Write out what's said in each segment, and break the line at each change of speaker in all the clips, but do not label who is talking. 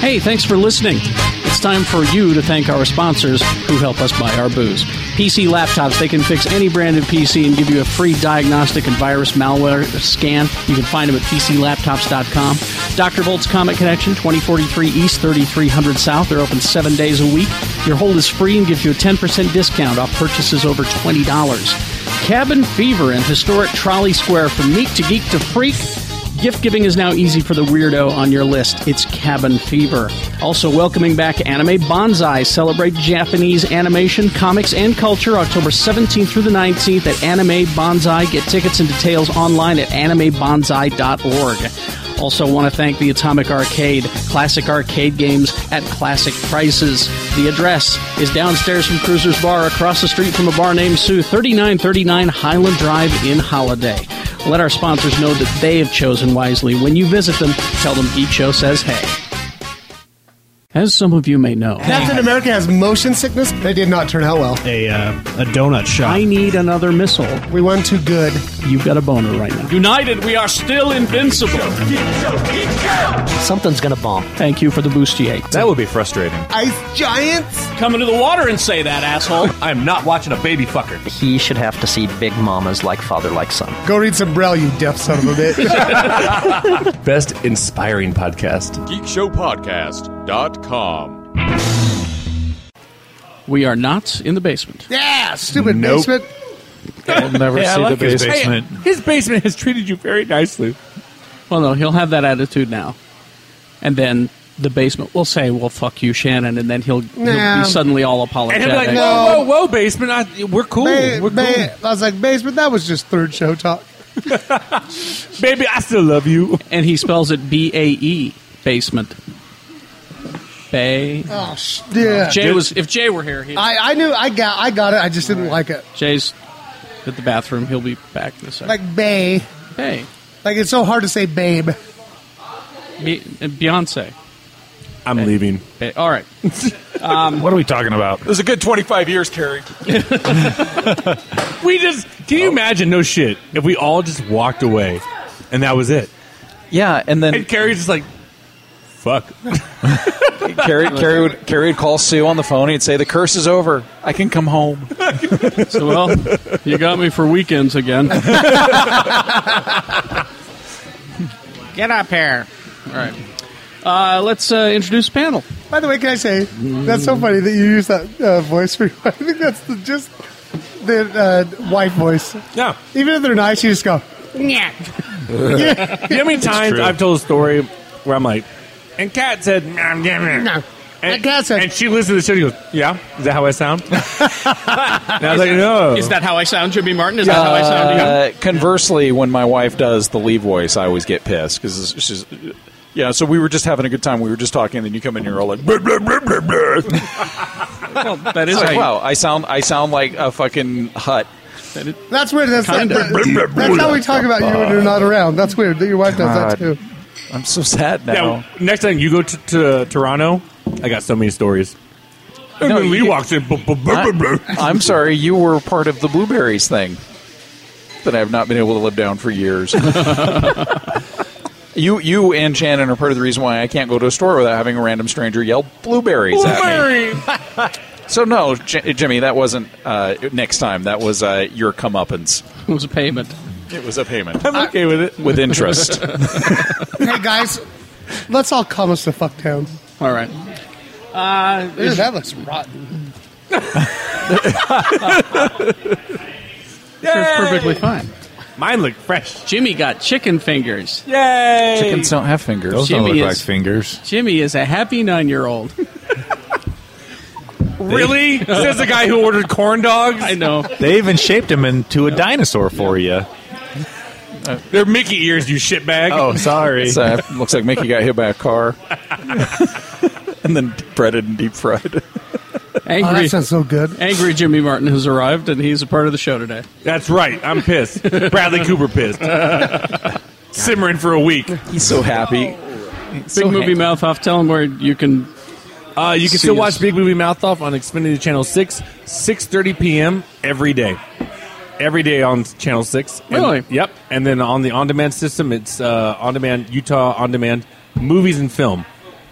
Hey, thanks for listening. It's time for you to thank our sponsors who help us buy our booze. PC Laptops, they can fix any branded PC and give you a free diagnostic and virus malware scan. You can find them at PCLaptops.com. Dr. Volt's Comet Connection, 2043 East, 3300 South. They're open seven days a week. Your hold is free and gives you a 10% discount off purchases over $20. Cabin Fever in historic Trolley Square from meat to geek to freak. Gift giving is now easy for the weirdo on your list. It's Cabin Fever. Also, welcoming back Anime Bonsai. Celebrate Japanese animation, comics, and culture October 17th through the 19th at Anime Bonsai. Get tickets and details online at animebonsai.org. Also, want to thank the Atomic Arcade, classic arcade games at classic prices. The address is downstairs from Cruiser's Bar, across the street from a bar named Sue, 3939 Highland Drive in Holiday. Let our sponsors know that they have chosen wisely. When you visit them, tell them Geek Show says hey. As some of you may know,
Captain America has motion sickness. That did not turn out well.
a uh, a donut shop.
I need another missile.
We won too good.
You've got a boner right now.
United, we are still invincible.
Something's gonna bomb.
Thank you for the bustier.
That would be frustrating.
Ice giants.
Come into the water and say that, asshole.
I'm not watching a baby fucker.
He should have to see Big Mamas like father like son.
Go read some Braille, you deaf son of a bitch.
Best inspiring podcast.
GeekShowPodcast.com.
We are not in the basement.
yeah, stupid
Nope.
basement.
We'll never
Yeah, I
see
like
the
his
basement.
basement. His basement has treated you very nicely.
Well, no, he'll have that attitude now. And then the basement will say, well, fuck you, Shannon. And then he'll, he'll
Nah.
be suddenly all
And
apologetic.
he'll be like,
No.
whoa, whoa, whoa, basement. I, we're cool.
Ba-
we're
ba- I was like basement. That was just third show talk.
cool. Baby, I still love you.
And he spells it B A E, basement. Bay.
Oh sh- yeah.
Jay was, if Jay were here, he,
I, I knew I got I got it. I just didn't like it.
Jay's at the bathroom. He'll be back in a second.
Like bay.
hey,
Like it's so hard to say babe.
Be- Beyonce.
I'm leaving.
Ba- all right.
What are we talking about?
This is a good 25 years, Carrie.
We just, can you imagine? No shit. If we all just walked away and that was it.
Yeah, and then
And Carrie's just like, fuck.
Carrie, Carrie, would, Carrie would call Sue on the phone. He'd say, "The curse is over. I can come home."
So, well, you got me for weekends again. Get up here. All right. Uh, let's uh, introduce the panel.
By the way, can I say that's so funny that you use that uh, voice for? I think that's the, just the uh, wife voice.
Yeah.
Even if they're nice, you just go.
You know how many times I've told a story where I'm like, and Kat said, nah, nah, nah.
No.
And,
And Kat said-
and she listens to the show. And she goes, "Yeah, is that how I sound?" and I was like, "No."
Is that how I sound, Jimmy Martin? Is that how I sound? to you?
Uh, conversely, when my wife does the leave voice, I always get pissed because she's. Yeah, so we were just having a good time. We were just talking, and then you come in, you're all like, "Blah, blah, blah, blah, blah."
Well, that is
It's
how
like,
you-
wow, I sound, I sound like a fucking hut.
That's weird. That's,
Kinda.
that- that's how we talk about you when you're not around. That's weird that your wife does that
God.
too.
I'm so sad now.
Yeah, next time you go to, to Toronto, I got so many stories. And
No,
then Lee
you-
walks in. "Buh, buh, buh, buh, buh."
I, am sorry, you were part of the blueberries thing that I've not been able to live down for years. you, you and Shannon are part of the reason why I can't go to a store without having a random stranger yell blueberries at me. So no, J- Jimmy, that wasn't uh, next time. That was uh, your comeuppance.
it was a payment.
It was a payment
I'm okay with it.
with interest.
Hey guys, let's all calm us the fuck down.
All right. Uh,
Dude, that looks rotten.
It's perfectly fine.
Mine look fresh.
Jimmy got chicken fingers.
Yay!
Chickens don't have fingers.
don't look Jimmy like
like
is-
fingers.
Jimmy is a happy nine year old.
Really? Says the guy who ordered corn dogs.
I know.
they even shaped him into a dinosaur for you.
They're Mickey ears, you shitbag.
Oh, sorry.
So, uh, looks like Mickey got hit by a car, and then breaded and deep fried.
Angry.
Oh, that sounds so good.
Angry Jimmy Martin has arrived, and he's a part of the show today.
That's right. I'm pissed. Bradley Cooper pissed. Simmering for a week.
He's so happy.
Big Movie Mouth Off. Tell him where you can.
Uh, you can
See
still
us.
watch Big Movie Mouth Off on Xfinity Channel 6, 6.30 p.m. every day. Every day on Channel 6. And-
Really?
Yep. And then on the on-demand system, it's uh, on-demand, Utah on-demand, movies and film.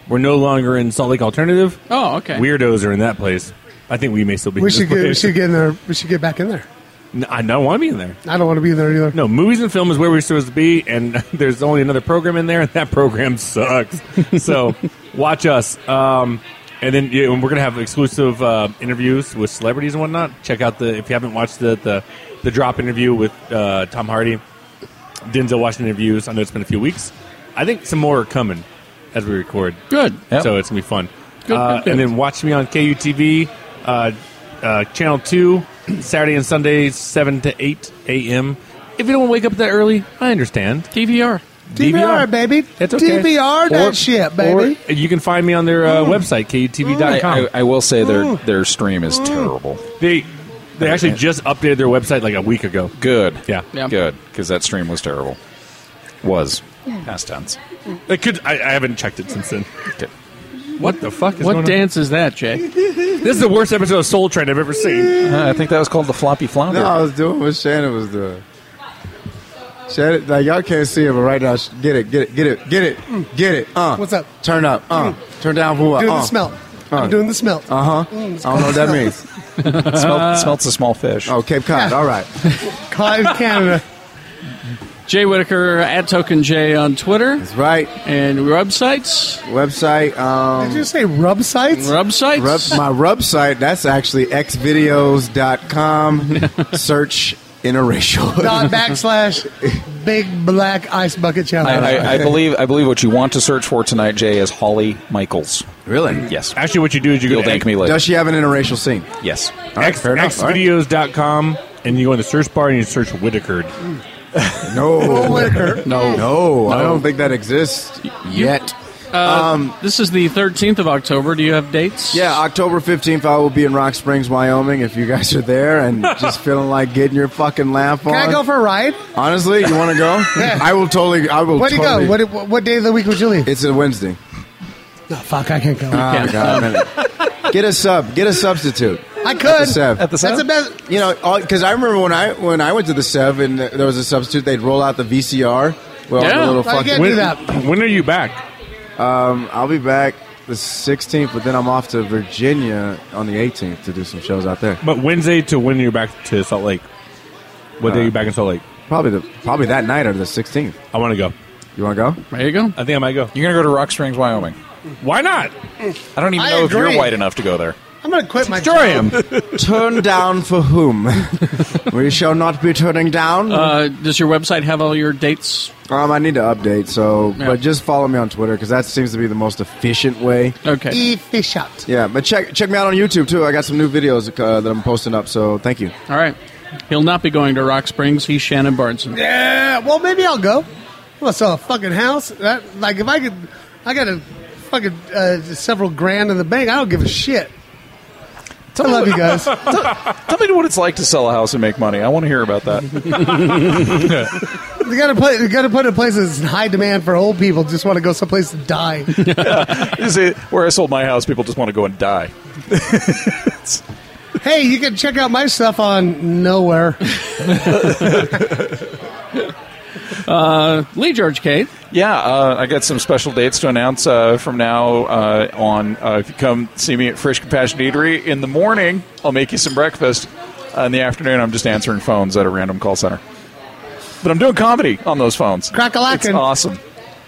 We're no longer in Salt Lake Alternative.
Oh, okay.
Weirdos are in that place. I think we may still be
We
in
should
this
get we
place.
should get in there. We should get back in there.
N- I don't want to be in there.
I don't want to be in there either.
No, movies and film is where we're supposed to be, and there's only another program in there, and that program sucks. so watch us. Um, and then yeah, and we're gonna have exclusive uh, interviews with celebrities and whatnot. Check out the if you haven't watched the the, the drop interview with uh, Tom Hardy, Denzel Washington interviews. I know it's been a few weeks. I think some more are coming as we record.
Good.
Yep.
So it's gonna be fun.
Good,
Uh,
good, good.
And then watch me on KUTV, uh, uh, channel two, Saturday and Sunday, seven to eight a.m. If you don't want to wake up that early, I understand.
DVR.
DVR, baby.
It's okay.
DVR that
Or-
shit, baby. Mm.
Or you can find me on their uh, website,
I,
KUTV.com.
I, I will say their their stream is terrible.
they they actually just updated their website like a week ago.
Good.
Yeah.
Yeah.
Good. Because that stream was terrible. Was. Past tense.
It could. I, I haven't checked it since then. What the fuck is
What
going
dance is that, Jay?
on? This is the worst episode of Soul Train I've ever seen.
Uh, I think that was called the floppy flounder.
No, I was doing what Shannon was doing. Shannon, like y'all can't see it, but right now, sh- get it, get it, get it, get it, get it. Uh,
Mm. What's up?
Turn up. Uh, turn down. Who?
Doing
uh,
the Mm, smelt.
uh.
I'm doing the smelt.
Uh huh. I don't know what that means.
Smelt, smelt's a small fish.
Uh, Oh, Cape Cod. All right.
Clive, Canada.
Jay Whitaker at Token Jay on Twitter
That's right.
and websites.
Website. Um,
Did you say rub sites?
Websites.
Rub, my rub site, that's actually xvideos.com. Search interracial.
dot backslash big black ice bucket challenge.
I, I, I believe I believe what you want to search for tonight, Jay, is Holly Michaels.
really?
Yes.
Actually, what you do is you go
You'll
to
thank me later.
Does she have an interracial scene?
Yes.
All right,
X,
fair enough. All right.
xvideos.com and you go in the search bar and you search Whitaker.
Oh,
No.
Whitaker.
No. No, I don't think that exists yet.
This is the 13th of October. Do you have dates?
Yeah, October 15th, I will be in Rock Springs, Wyoming if you guys are there and just feeling like getting your fucking laugh on.
Can I go for a ride?
Honestly, you want to go?
Yeah.
I will totally. I will
Where do you
totally.
go? What, what, what day of the week would you leave?
It's a Wednesday.
Oh, fuck, I can't go.
Oh, God, man. Get a sub. Get a substitute.
I could.
Sev. At the
That's the best.
You know, because I remember when I when I went to the Sev and th- there was a substitute, they'd roll out the VCR. Well,
Yeah.
the little
I
fucking.
can't do that.
When are you back?
I'll be back the 16th, but then I'm off to Virginia on the 18th to do some shows out there.
But Wednesday to when you're back to Salt Lake. What day are you back in Salt Lake?
Probably the probably that night or the 16th.
I want to go.
You want to go?
There you go.
I think I might go.
You're gonna go to Rock Springs, Wyoming.
Why not?
I don't even
I
know if
agree.
you're white enough to go there.
I'm going to quit my
Sure I am.
Turn down for whom? we shall not be turning down.
Uh, does your website have all your dates?
um, I need to update, so
Yeah.
but just follow me on Twitter because that seems to be the most efficient way.
Okay.
E Efficient.
Yeah, but check check me out on YouTube too. I got some new videos uh, that I'm posting up, so thank you.
All right. He'll not be going to Rock Springs. He's Shannon Barnson.
Yeah, well, maybe I'll go. I'm gonna sell a fucking house. That, like, if I could, I got a fucking uh, several grand in the bank. I don't give a shit. I love you guys.
Tell me what it's like to sell a house and make money. I want to hear about that.
They gotta put, they gotta put in places in high demand for old people. Just want to go someplace to die.
Is it- where I sold my house, people just want to go and die.
hey, you can check out my stuff on nowhere.
Lee George Kate.
Yeah, uh, I got some special dates to announce uh, from now uh, on. Uh, if you come see me at Fresh Compassion Eatery in the morning, I'll make you some breakfast. Uh, in the afternoon, I'm just answering phones at a random call center. But I'm doing comedy on those phones.
Crack-a-lackin'.
It's awesome.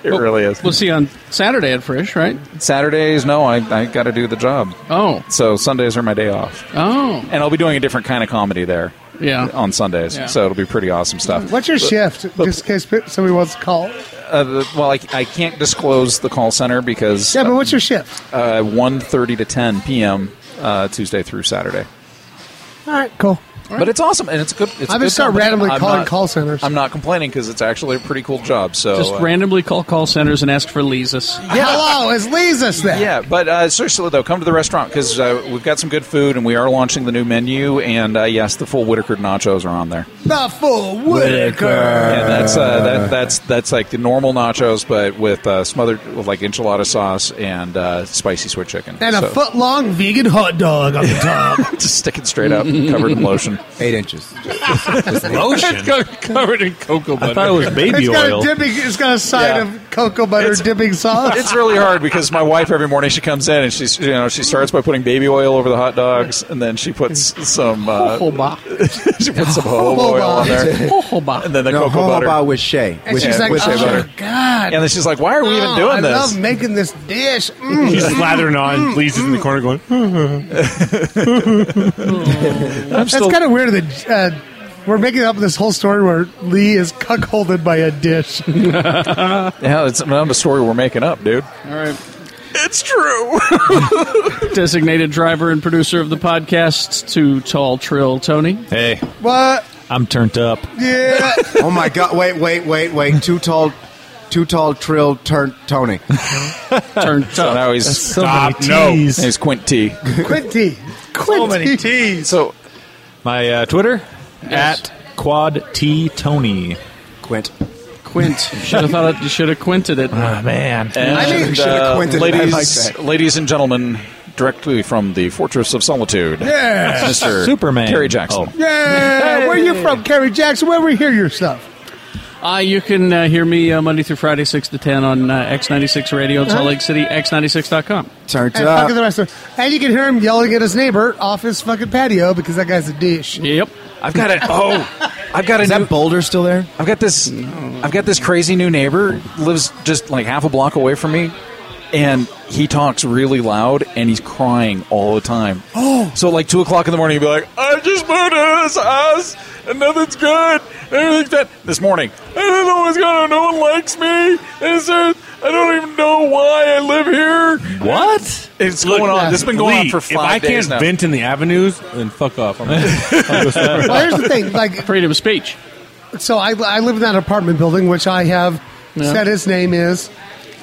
It really is.
We'll see you on Saturday at Frisch, right?
Saturdays, no, I, I got to do the job.
Oh.
So Sundays are my day off.
Oh.
And I'll be doing a different kind of comedy there
Yeah.
Oh,
on Sundays.
Oh. Yeah.
So it'll be pretty awesome stuff.
What's your shift? Just in case somebody wants to call.
Uh, the- well, I, I can't disclose the call center because
Yeah, but what's your shift?
uh, 1.30 to 10 p.m. Uh, Tuesday through Saturday.
All right, cool.
But it's awesome, and it's a good. It's
I
a good
just start
company.
randomly
I'm
calling
not-
call centers.
I'm not complaining because it's actually a pretty cool job. So
Just
uh,
randomly call call centers and ask for Lisa's.
Hello, is Lisa's there?
Yeah, but uh, seriously though, come to the restaurant because uh, we've got some good food, and we are launching the new menu. And uh, yes, the full Whitaker nachos are on there.
The full Whitaker.
And that's uh, that, that's that's like the normal nachos, but with uh, smothered with like enchilada sauce and uh, spicy sweet chicken,
And a
So,
foot long vegan hot dog on the top.
just sticking straight up, covered in lotion.
Eight inches.
It's co- covered in cocoa butter.
I thought it was baby
It's got
oil.
a dipping. It's got a side
Yeah.
of cocoa butter
It's-
dipping sauce.
It's really hard because my wife every morning she comes in and she's you know she starts by putting baby oil over the hot dogs and then she puts some uh,
Jojoba.
she puts some jojoba oil on there and
Jojoba.
then the
No,
cocoa
home
butter
about with Shea.
And
with,
she's like,
with
oh,
shea butter.
God.
and then she's like why are we even
Oh,
doing
I
this
love making this dish. Mm.
She's slathering on. Lee's just in the corner going,
I'm
That's kind of weird that uh, we're making up this whole story where Lee is cuckolded by a dish.
yeah it's not a story we're making up dude
All right.
it's true
Designated driver and producer of the podcast to Tall Trill Tony.
Hey,
what?
I'm turned up.
Yeah.
oh my God! Wait, wait, wait, wait! Too tall, too tall. Trill turn Tony.
Turned
so now he's
"Stop! Ah, No,
he's Quint T
Quinty. Quinty.
many
so
My uh, Twitter at Quad T Tony.
Quint.
Quint. Should have thought it, you should have quinted it.
Oh, man.
and,
think we should've
uh,
quinted. I like
ladies
that.
ladies and gentlemen directly from the Fortress of Solitude
Yeah.
Mr.
Superman.
Terry Jackson
Oh.
Yeah. Where you from, Kerry Jackson? Where we hear your stuff?
Uh, you can uh, hear me uh, Monday through Friday, 6 to 10 on uh, X96 Radio in Salt Lake City, x96.com.
Turned
And
up.
fucking the rest of And you can hear him yelling at his neighbor off his fucking patio because that guy's a dish.
Yep.
I've got it oh I've got a
Is
new
that boulder still there?
I've got this. I've got this crazy new neighbor lives just like half a block away from me, and he talks really loud and he's crying all the time. Oh, so like two o'clock in the morning, he'd be like, "I just moved into this house and nothing's good, everything's bad." This morning, I don't know what's going on. No one likes me. Is there? I don't even know why I live here.
what?
It's going on. This has been going on
Lee,
for five
If I
days
can't
now.
vent in the avenues, then fuck off. I'm
Well, here's the thing. Like,
Freedom of speech.
so I, I live in that apartment building, which I have said its name is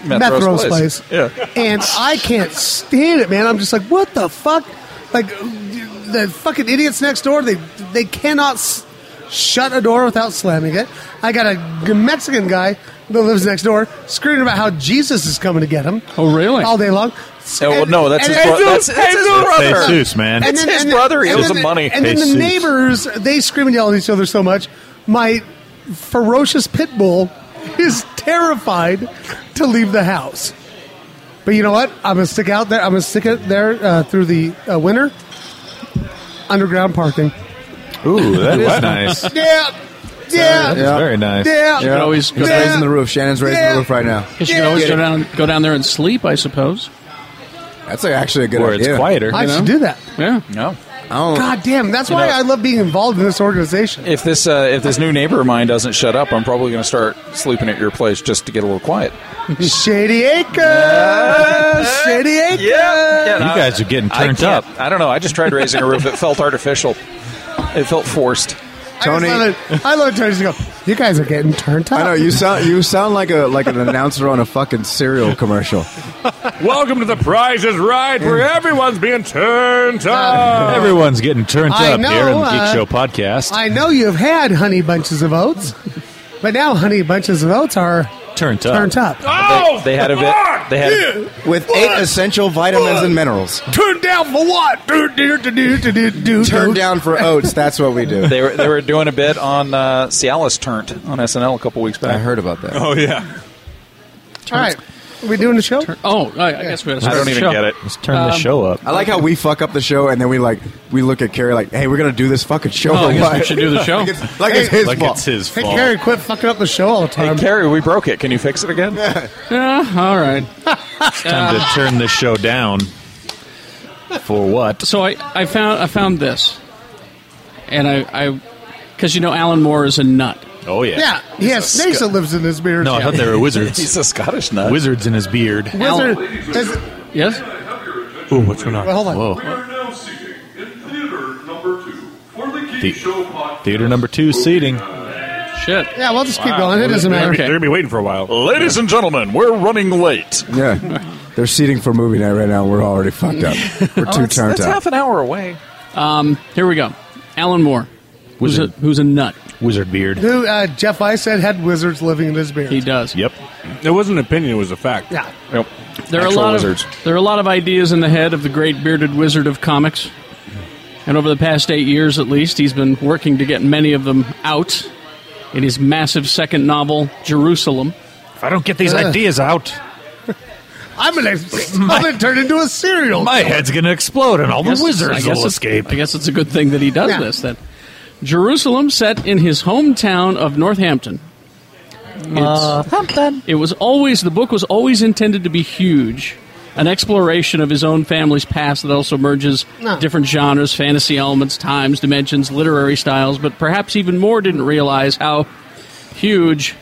Methro's
Methro's
Place.
place.
Yeah.
And I can't stand it, man. I'm just like, what the fuck? Like, the fucking idiots next door, they they cannot s- shut a door without slamming it. I got a Mexican guy that lives next door screaming about how Jesus is coming to get him.
Oh, really?
All day long.
Oh, well, no, that's
And-
his bro-
and-
that's- that's his
and-
brother.
and-
Jesus, man.
and
It's
then-
his
and then-
brother. He
and
owes
then
him
the-
money.
And then the
Jesus.
neighbors, they scream and yell at each other so much. My ferocious pit bull is terrified to leave the house. But you know what? I'm gonna stick out there. I'm gonna stick it there uh, through the uh, winter. Underground parking.
Ooh, that is nice.
Yeah, yeah,
Yeah.
Very nice.
yeah.
Yeah.
always go
He's
down-
raising the roof. Shannon's raising
Yeah.
the roof right now.
Guess you can always go down, go down there and sleep, I suppose.
That's actually a good
Where it's
idea.
quieter.
I should do that.
Yeah.
No.
I don't-
God damn, that's why I love being involved in this organization.
If this uh, if this new neighbor of mine doesn't shut up, I'm probably going to start sleeping at your place just to get a little quiet.
Shady Acres, Shady Acres.
yeah.
You
uh,
guys are getting
I
turned up.
can't- I don't know. I just tried raising a roof. It felt artificial. It felt forced.
Tony-
I, just love it. I love Tony. Just go. You guys are getting turned up.
I know you sound you sound like a like an announcer on a fucking cereal commercial.
Welcome to the Prize is Right, where everyone's being turned up.
Everyone's getting turned
I
up
know,
here in the Geek
uh,
Show podcast.
I know you've had honey bunches of oats, but now honey bunches of oats are
turned up.
turned up.
Oh,
They had a bit. They had.
With eight essential vitamins and minerals.
Turned down for what? Do, do, do, do, do, do, do.
Turn down for oats. That's what we do.
They were they were doing a bit on uh, Cialis turned on SNL a couple weeks
I
back.
heard about that.
oh yeah.
All right, we doing the show?
Oh, I, I guess we had to
I
start
don't
the
even
show.
get it.
Let's turn the show up.
I like how we fuck up the show and then we like we look at Carrie like, hey, we're gonna do this fucking show.
Oh, I
or
guess
what?
we should do the show.
like it's, like it's his
Like
fault.
it's his
Hey,
fault.
Carrie, quit fucking up the show all the
Hey,
time.
Carrie, we broke it. Can you fix it again?
Yeah, all right.
Time to turn the show down. For what?
So I, I found I found this, and I because you know Alan Moore is a nut.
Oh yeah.
yeah, he has
a
snakes
scut.
that lives in his beard.
No, I thought they were
He's
wizards.
a Scottish nut.
wizards in his beard.
Wizard,
Al-
is,
Yes.
Ooh, what's going on?
well, hold on.
Whoa.
We are now seating in theater number two for the
The, theater number two seating.
Shit.
Yeah, we'll just keep going. It doesn't matter.
They're gonna be waiting for a while.
Ladies and gentlemen, we're running late.
Yeah. They're seating for movie night right now. We're already fucked up. We're too turned
That's
up.
half an hour away.
Here we go. Alan Moore, who's a, who's a nut.
Wizard beard.
Who uh, Jeff Ice said had wizards living in his beard.
He does.
Yep.
It wasn't an opinion; it was a fact.
Yeah.
Yep.
There are a
Actual
lot
wizards.
of there are a lot of ideas in the head of the great bearded wizard of comics, and over the past eight years, at least, he's been working to get many of them out in his massive second novel, Jerusalem.
If I don't get these ideas out,
I'm gonna, I'm gonna turn into a cereal.
my head's going to explode and all the
Yes,
wizards will
it's-
escape.
I guess it's a good thing that he does
Yeah.
this. Then, Jerusalem, set in his hometown of Northampton.
Uh,
It's- It was always the book was always intended to be huge, an exploration of his own family's past that also merges
No.
different genres, fantasy elements, times, dimensions, literary styles. But perhaps even more didn't realize how huge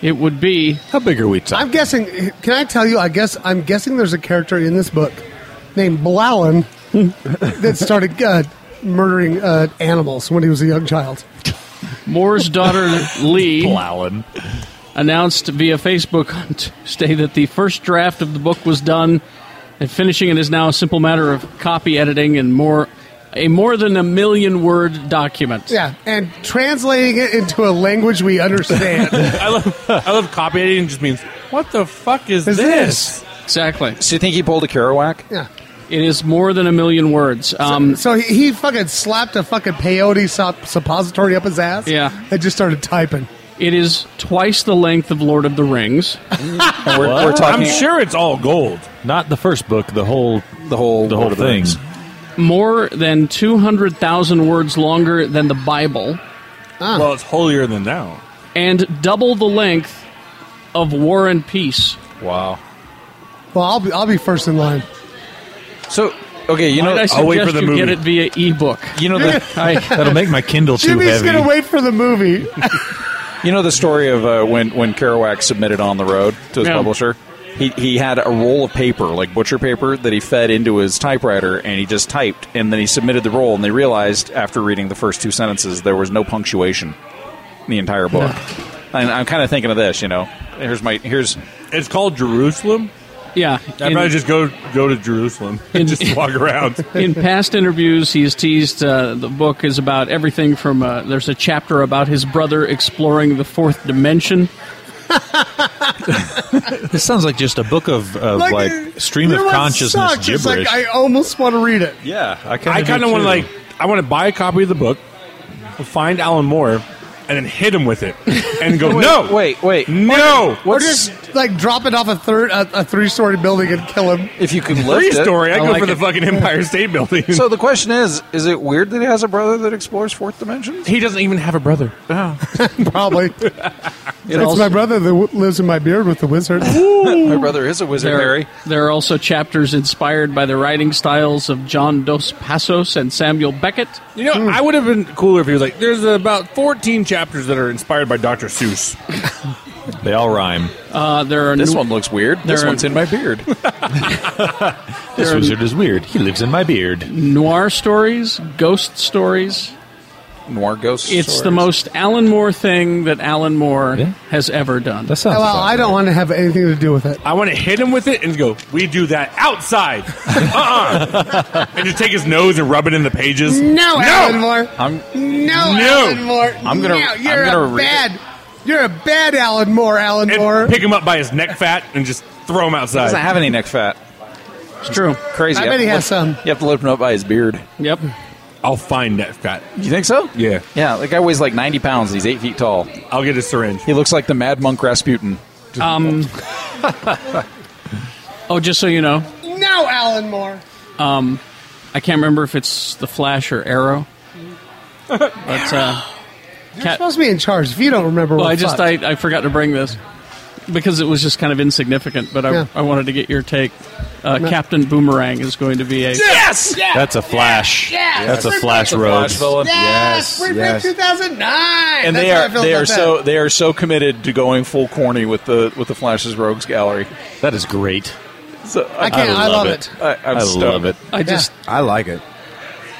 it would be.
How big are we talking?
I'm guessing. Can I tell you? I guess I'm guessing there's a character in this book named Blowin that started uh, murdering uh, animals when he was a young child.
Moore's daughter Lee.
Plowing.
announced via Facebook on Tuesday that the first draft of the book was done, and finishing it is now a simple matter of copy editing and more a more than a million word document.
Yeah, and translating it into a language we understand.
I love, I love copy editing. Just means what the fuck is,
Is
this?
this?
Exactly.
So you think he pulled a Kerouac?
yeah.
It is more than a million words. Um,
So he, he fucking slapped a fucking peyote sup- suppository up his ass.
Yeah.
And just started typing.
it is twice the length of Lord of the Rings.
And we're, we're
I'm
talking
sure it's all gold.
Not the first book, the whole
the whole
the whole
Lord of
thing.
Rings.
More than 200,000 words longer than the Bible,
Well, it's holier than thou.
and double the length of War and Peace.
Wow.
Well, I'll be, I'll be first in line.
So okay, you
Why did
know,
I
I'll wait
suggest
for the
you get
movie.
it via ebook?
you know the
I,
That'll make my Kindle too
Jimmy's
heavy.
gonna wait for the movie.
you know the story of uh, when when Kerouac submitted on the road to his
Yeah.
publisher. He, he had a roll of paper, like butcher paper, that he fed into his typewriter, and he just typed, and then he submitted the roll, and they realized after reading the first two sentences there was no punctuation in the entire book. And I'm kind of thinking of this, you know. Here's my here's
It's called Jerusalem.
yeah.
I'd
in-
probably just go go to Jerusalem and just walk around.
In past interviews, he's teased uh, the book is about everything from uh, there's a chapter about his brother exploring the fourth dimension.
This sounds like just a book of, of like,
uh,
it-
stream
you
of
know what
consciousness
sucks? It's
gibberish.
like I almost want to read it.
yeah, I
I
do
kind of want
too.
to like I want to buy a copy of the book, find Alan Moore, and then hit him with it, and go no,
wait, wait.
no.
Or
What's
just like drop it off a third a, a three story building and kill him.
if you can
Free
lift it?
story. I, go
like
for the
it.
fucking Empire State Building.
So the question is: Is it weird that he has a brother that explores fourth dimensions?
he doesn't even have a brother.
Probably. it's my brother that w- lives in my beard with the wizard.
My brother is a wizard,
There,
Harry.
there are also chapters inspired by the writing styles of John Dos Passos and Samuel Beckett.
You know, I would have been cooler if he was like, "There's about 14 chapters that are inspired by Dr. Seuss."
they all rhyme.
Uh, there are
This
nu-
one looks weird. This
There-
one's in my beard.
This wizard is weird. He lives in my beard.
noir stories, ghost stories.
Noir ghost.
It's the
stories.
most Alan Moore thing that Alan Moore
Yeah.
has ever done.
That sounds.
well,
about
I don't
right.
want to have anything to do with it.
I want to hit him with it and go, "We do that outside," uh-uh. and just take his nose and rub it in the pages.
No, Alan Moore.
I'm-
no,
No.
Alan Moore.
I'm gonna-
No,
I'm
you're
gonna
a
read
bad. You're a bad Alan Moore. Alan Moore.
and pick him up by his neck fat and just throw him
He
outside.
doesn't have any neck fat.
It's true.
Crazy.
I
You
bet
have
he
to
has
lift-
some.
You have to lift him up by his beard.
Yep.
I'll find neck fat.
You think so?
Yeah,
Yeah. The guy weighs like 90 pounds. and He's eight feet tall.
I'll get a syringe.
He looks like the Mad Monk Rasputin.
Um, Oh, just so you know,
No, Alan Moore.
I can't remember if it's the Flash or Arrow. But uh,
You're supposed to be in charge. If you don't remember,
Well,
we're
I just
fucked.
I, I forgot to bring this because it was just kind of insignificant, but I,
Yeah.
I wanted to get your take. Uh, Captain Boomerang is going to be a
Yes.
That's a flash. That's a flash road.
Yes,
Spring
yes.
Break 2009.
And
That's
they
how I
are
feel
they
about
are
that.
so they are so committed to going full corny with the with the Flash's Rogues Gallery.
That is great.
So,
I
I,
can't. I,
love
love
it.
it.
I, I'm
I
stoked.
love it.
I just
I like it.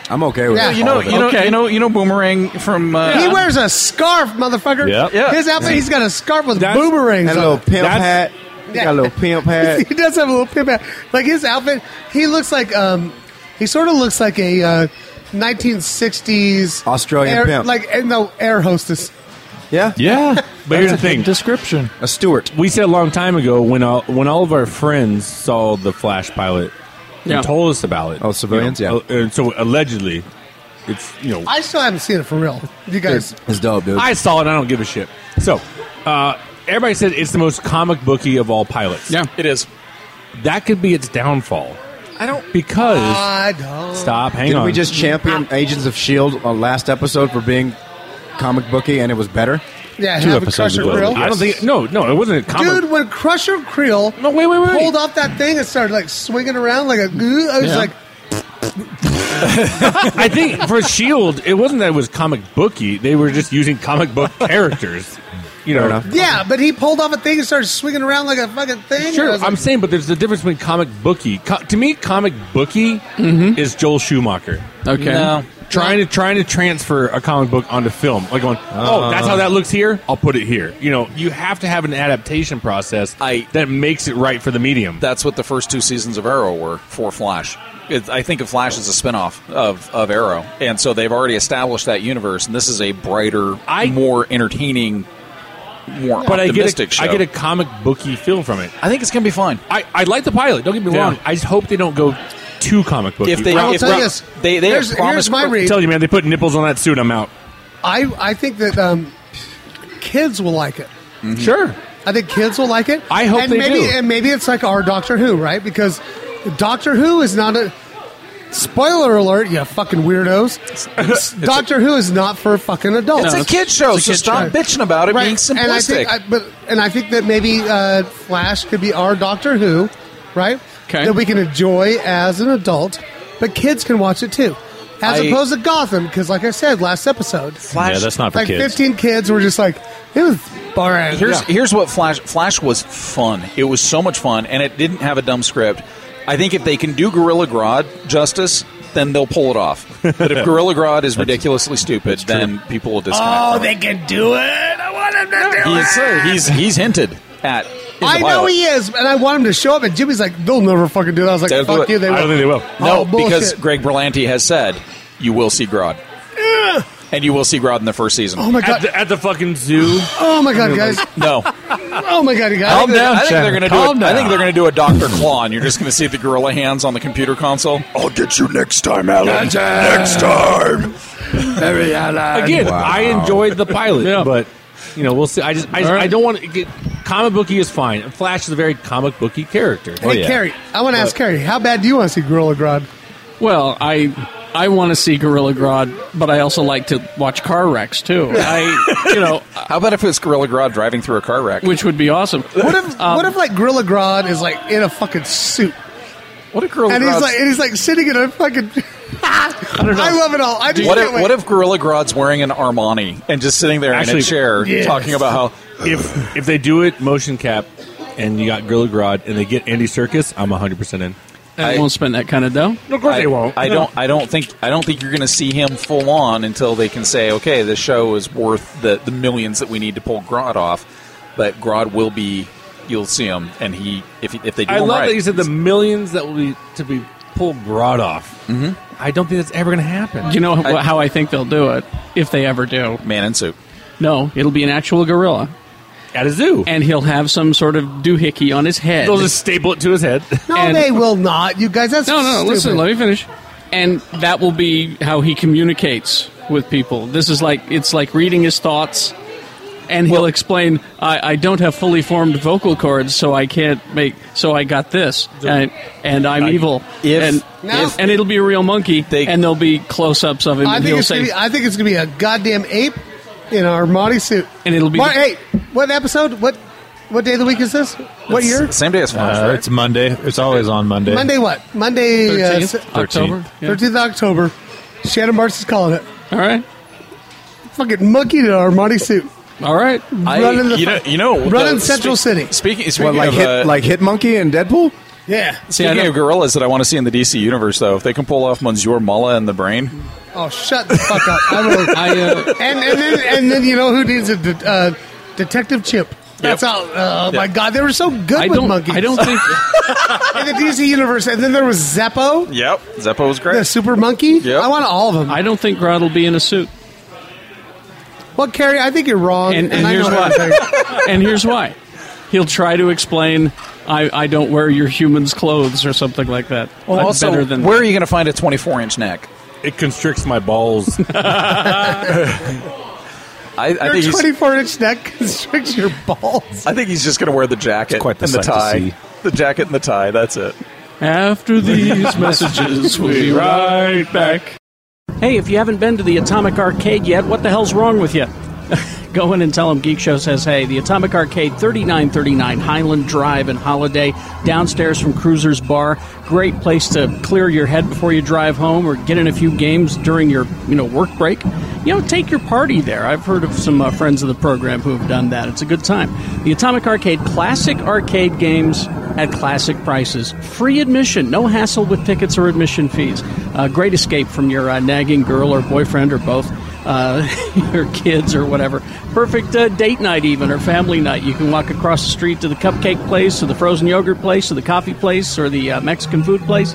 I'm okay with
Yeah.
it.
You know,
All of it.
you know,
Okay.
you know, you know, boomerang from. Uh,
He wears a scarf, motherfucker.
Yep.
Yeah.
His outfit, he's got a scarf with
That's-
boomerangs
and a
on
little
it.
pimp
That's-
hat. He got a little pimp hat.
he does have a little pimp hat. Like his outfit, he looks like um, he sort of looks like a uh, 1960s
Australian
air-
pimp.
like uh, no air hostess.
Yeah,
Yeah,
But here's the thing.
description.
a Stewart.
we said a long time ago when all, when all of our friends saw the Flash pilot
Yeah.
and told us about it.
Oh, civilians,
you know, uh, And so allegedly, it's you know
I still haven't seen it for real. You guys,
It's dope, dude.
I saw it. I don't give a shit. So uh, everybody said it's the most comic booky of all pilots.
Yeah.
It is.
that could be its downfall. I don't uh, because
I don't.
stop. Hang
Didn't
on.
we just champion Agents of Shield E on last episode for being comic booky, and it was better?
Yeah, have a Crusher Creel.
I don't think. No, no, it wasn't a comic.
Dude, when Crusher Creel
no, wait, wait, wait.
pulled off that thing and started like swinging around like a goo, I was
Yeah.
like,
I think for Shield, it wasn't that it was comic booky. They were just using comic book characters. You know.
enough.
yeah, but he pulled off a thing and started swinging around like a fucking thing. and
Sure,
I was
I'm
like,
saying, but there's the difference between comic booky. Co- to me, comic booky
Mm-hmm.
is Joel Schumacher.
Okay.
No. trying to trying to transfer a comic book onto film, like going, oh, that's how that looks here. I'll put it here. You know, you have to have an adaptation process
I-
that makes it right for the medium.
That's what the first two seasons of Arrow were for Flash. It, I think of Flash as a spinoff of of Arrow, and so they've already established that universe. And this is a brighter,
I-
more entertaining, more
but I get,
optimistic
a,
show.
I get a comic booky feel from it.
I think it's going to be fine.
I, I like the pilot. Don't get me
Yeah.
wrong. I just hope they don't go too comic booky.
If they,
I'm
I'll
if
tell you
Ra-
this.
they, they have
Here's- here's
promised-
my read.
telling you, man, they put nipples on that suit. I'm out.
I, I think that um, kids will like it.
Mm-hmm.
Sure.
I think kids will like it.
I hope
and
they
maybe,
do.
And maybe it's like our Doctor Who, right? Because Doctor Who is not a spoiler alert. You fucking weirdos. Doctor Who is not for fucking adults.
It's a kid show,
it's a
so
kid
stop
show.
bitching about it being
And I
simplistic.
think, I, but and I think that maybe uh, Flash could be our Doctor Who, right?
'Kay.
That we can enjoy as an adult, but kids can watch it too. As
I-
opposed to Gotham, because like I said last episode,
Yeah, that's not for
like
kids.
15 kids were just like, it was boring.
Here's here's what Flash Flash was fun. It was so much fun, and it didn't have a dumb script. I think if they can do Gorilla Grodd justice, then they'll pull it off. But if Gorilla Grodd is ridiculously stupid, then people will disconnect.
oh,
from it.
they can do it. I want them to do
he's,
it.
he's he's hinted at. in the
I know
pilot.
he is, and I want him to show up. And Jimmy's like, "They'll never fucking do that." I was like,
They'll do
"Fuck
it.
you, they will."
I don't think they will.
No,
Oh,
because
bullshit.
Greg Berlanti has said you will see Grodd, and you will see Grodd in the first season.
oh my
At
god!
the, at the fucking zoo.
Oh my god, guys!
No,
Oh my god, guys!
I think they're- I think they're going to do.
Calm
A, I think
down.
they're going to do a Doctor Claw, and you're just going to see the gorilla hands on the computer console.
I'll get you next time, Alan. Next time.
Again,
Wow.
I enjoyed the pilot, but you know, we'll see. I just, I, I don't want to get comic booky is fine. And Flash is a very comic booky character.
Oh,
Hey, Carrie, I want to ask Carrie, how bad do you want to see Gorilla Grodd?
Well, I I want to see Gorilla Grodd, but I also like to watch car wrecks too. I you know,
How about if it's Gorilla Grodd driving through a car wreck?
which would be awesome.
What if, what if like Gorilla Grodd is like in a fucking suit,
What if Gorilla
and he's
Grodd's-
like, and he's like sitting in a fucking. I, love it all. I just
what
can't
if,
wait.
what if Gorilla Grodd's wearing an Armani and just sitting there in
Actually,
a chair
yes.
talking about how
If if they do it motion cap, and you got Gorilla Grodd, and they get Andy Circus, I'm 100 percent in.
I,
I-
won't spend that kind of dough.
Of course
I, I don't I don't think I don't think you're going to see him full on until they can say okay this show is worth the the millions that we need to pull Grodd off, but Grodd will be you'll see him and he if if they do
I
him
love
right,
that you said the millions that will be to be pulled Grodd off. Mm-hmm. I don't think that's ever going to happen.
You know wh-
I-
how I think they'll do it if they ever do.
man in suit.
No, it'll be an actual gorilla,
At a zoo,
and he'll have some sort of doohickey on his head.
they'll just staple it to his head.
No,
and-
they will not. You guys, that's
No, no,
Stupid.
listen, let me finish. And that will be how he communicates with people. This is like it's like reading his thoughts and he'll explain I, I don't have fully formed vocal cords so I can't make so I got this and, and I'm evil.
If-
and
No.
if- and it'll be a real monkey
They-
and there'll be close ups of him
I
and
think
he'll
it's
say
gonna be, I think it's gonna be a goddamn ape in our Armani suit,
And it'll be-
Mar- hey, what episode? What what day of the week is this? What year?
Same day as Flash.
Uh,
right?
it's Monday. It's always on Monday.
Monday. What Monday?
"13th
Uh,
October. Yeah.
Thirteenth October. Shannon Marks is calling it.
All right.
Fucking monkey in an Armani suit,
All right.
I-
running the
you know you know
running
the-
Central
speak-
City.
Speaking, speaking
What, like
of,
hit,
uh,
like Hit Monkey and Deadpool?
Yeah.
I
Speaking
know-
of gorillas that I want to see in the DC universe, though, if they can pull off Monsieur Mullah and the Brain,
Oh, shut the fuck up. I will.
I, uh,
and, and then and then you know who needs a de- uh, detective chip. That's all. Oh my god, they were so good
I
with
don't.
monkeys.
I don't think.
in the DC universe, and then there was Zeppo,
yep, Zeppo was
the
great.
super monkey.
Yep.
I want all of them.
I don't think Grodd will be in a suit.
Well, Carrie, I think you're wrong.
And- and
I
here's
know
why.
everything.
and here's why. He'll try to explain, I, I don't wear your human's clothes or something like that.
Well,
I'm
also,
better than
where are you going to find a 24 inch neck?
It constricts my balls.
I, I, think
Your
he's,
24 inch neck constricts your balls.
I think he's just going to wear the jacket
quite the
and the
sight to
tie.
see.
The jacket and the tie, that's it.
After these messages, we'll be right back. Hey, if you haven't been to the Atomic Arcade yet, what the hell's wrong with you? Go in and tell them Geek Show says hey. The Atomic Arcade, 3939 Highland Drive in Holiday, downstairs from Cruiser's Bar. Great place to clear your head before you drive home or get in a few games during your you know work break. You know, take your party there. I've heard of some uh, friends of the program who have done that. It's a good time. The Atomic Arcade, classic arcade games at classic prices. Free admission, no hassle with tickets or admission fees. Uh, great escape from your uh, nagging girl or boyfriend or both, uh, your kids or whatever. Perfect uh, date night, even, or family night. You can walk across the street to the cupcake place, to the frozen yogurt place, to the coffee place, or the uh, Mexican food place.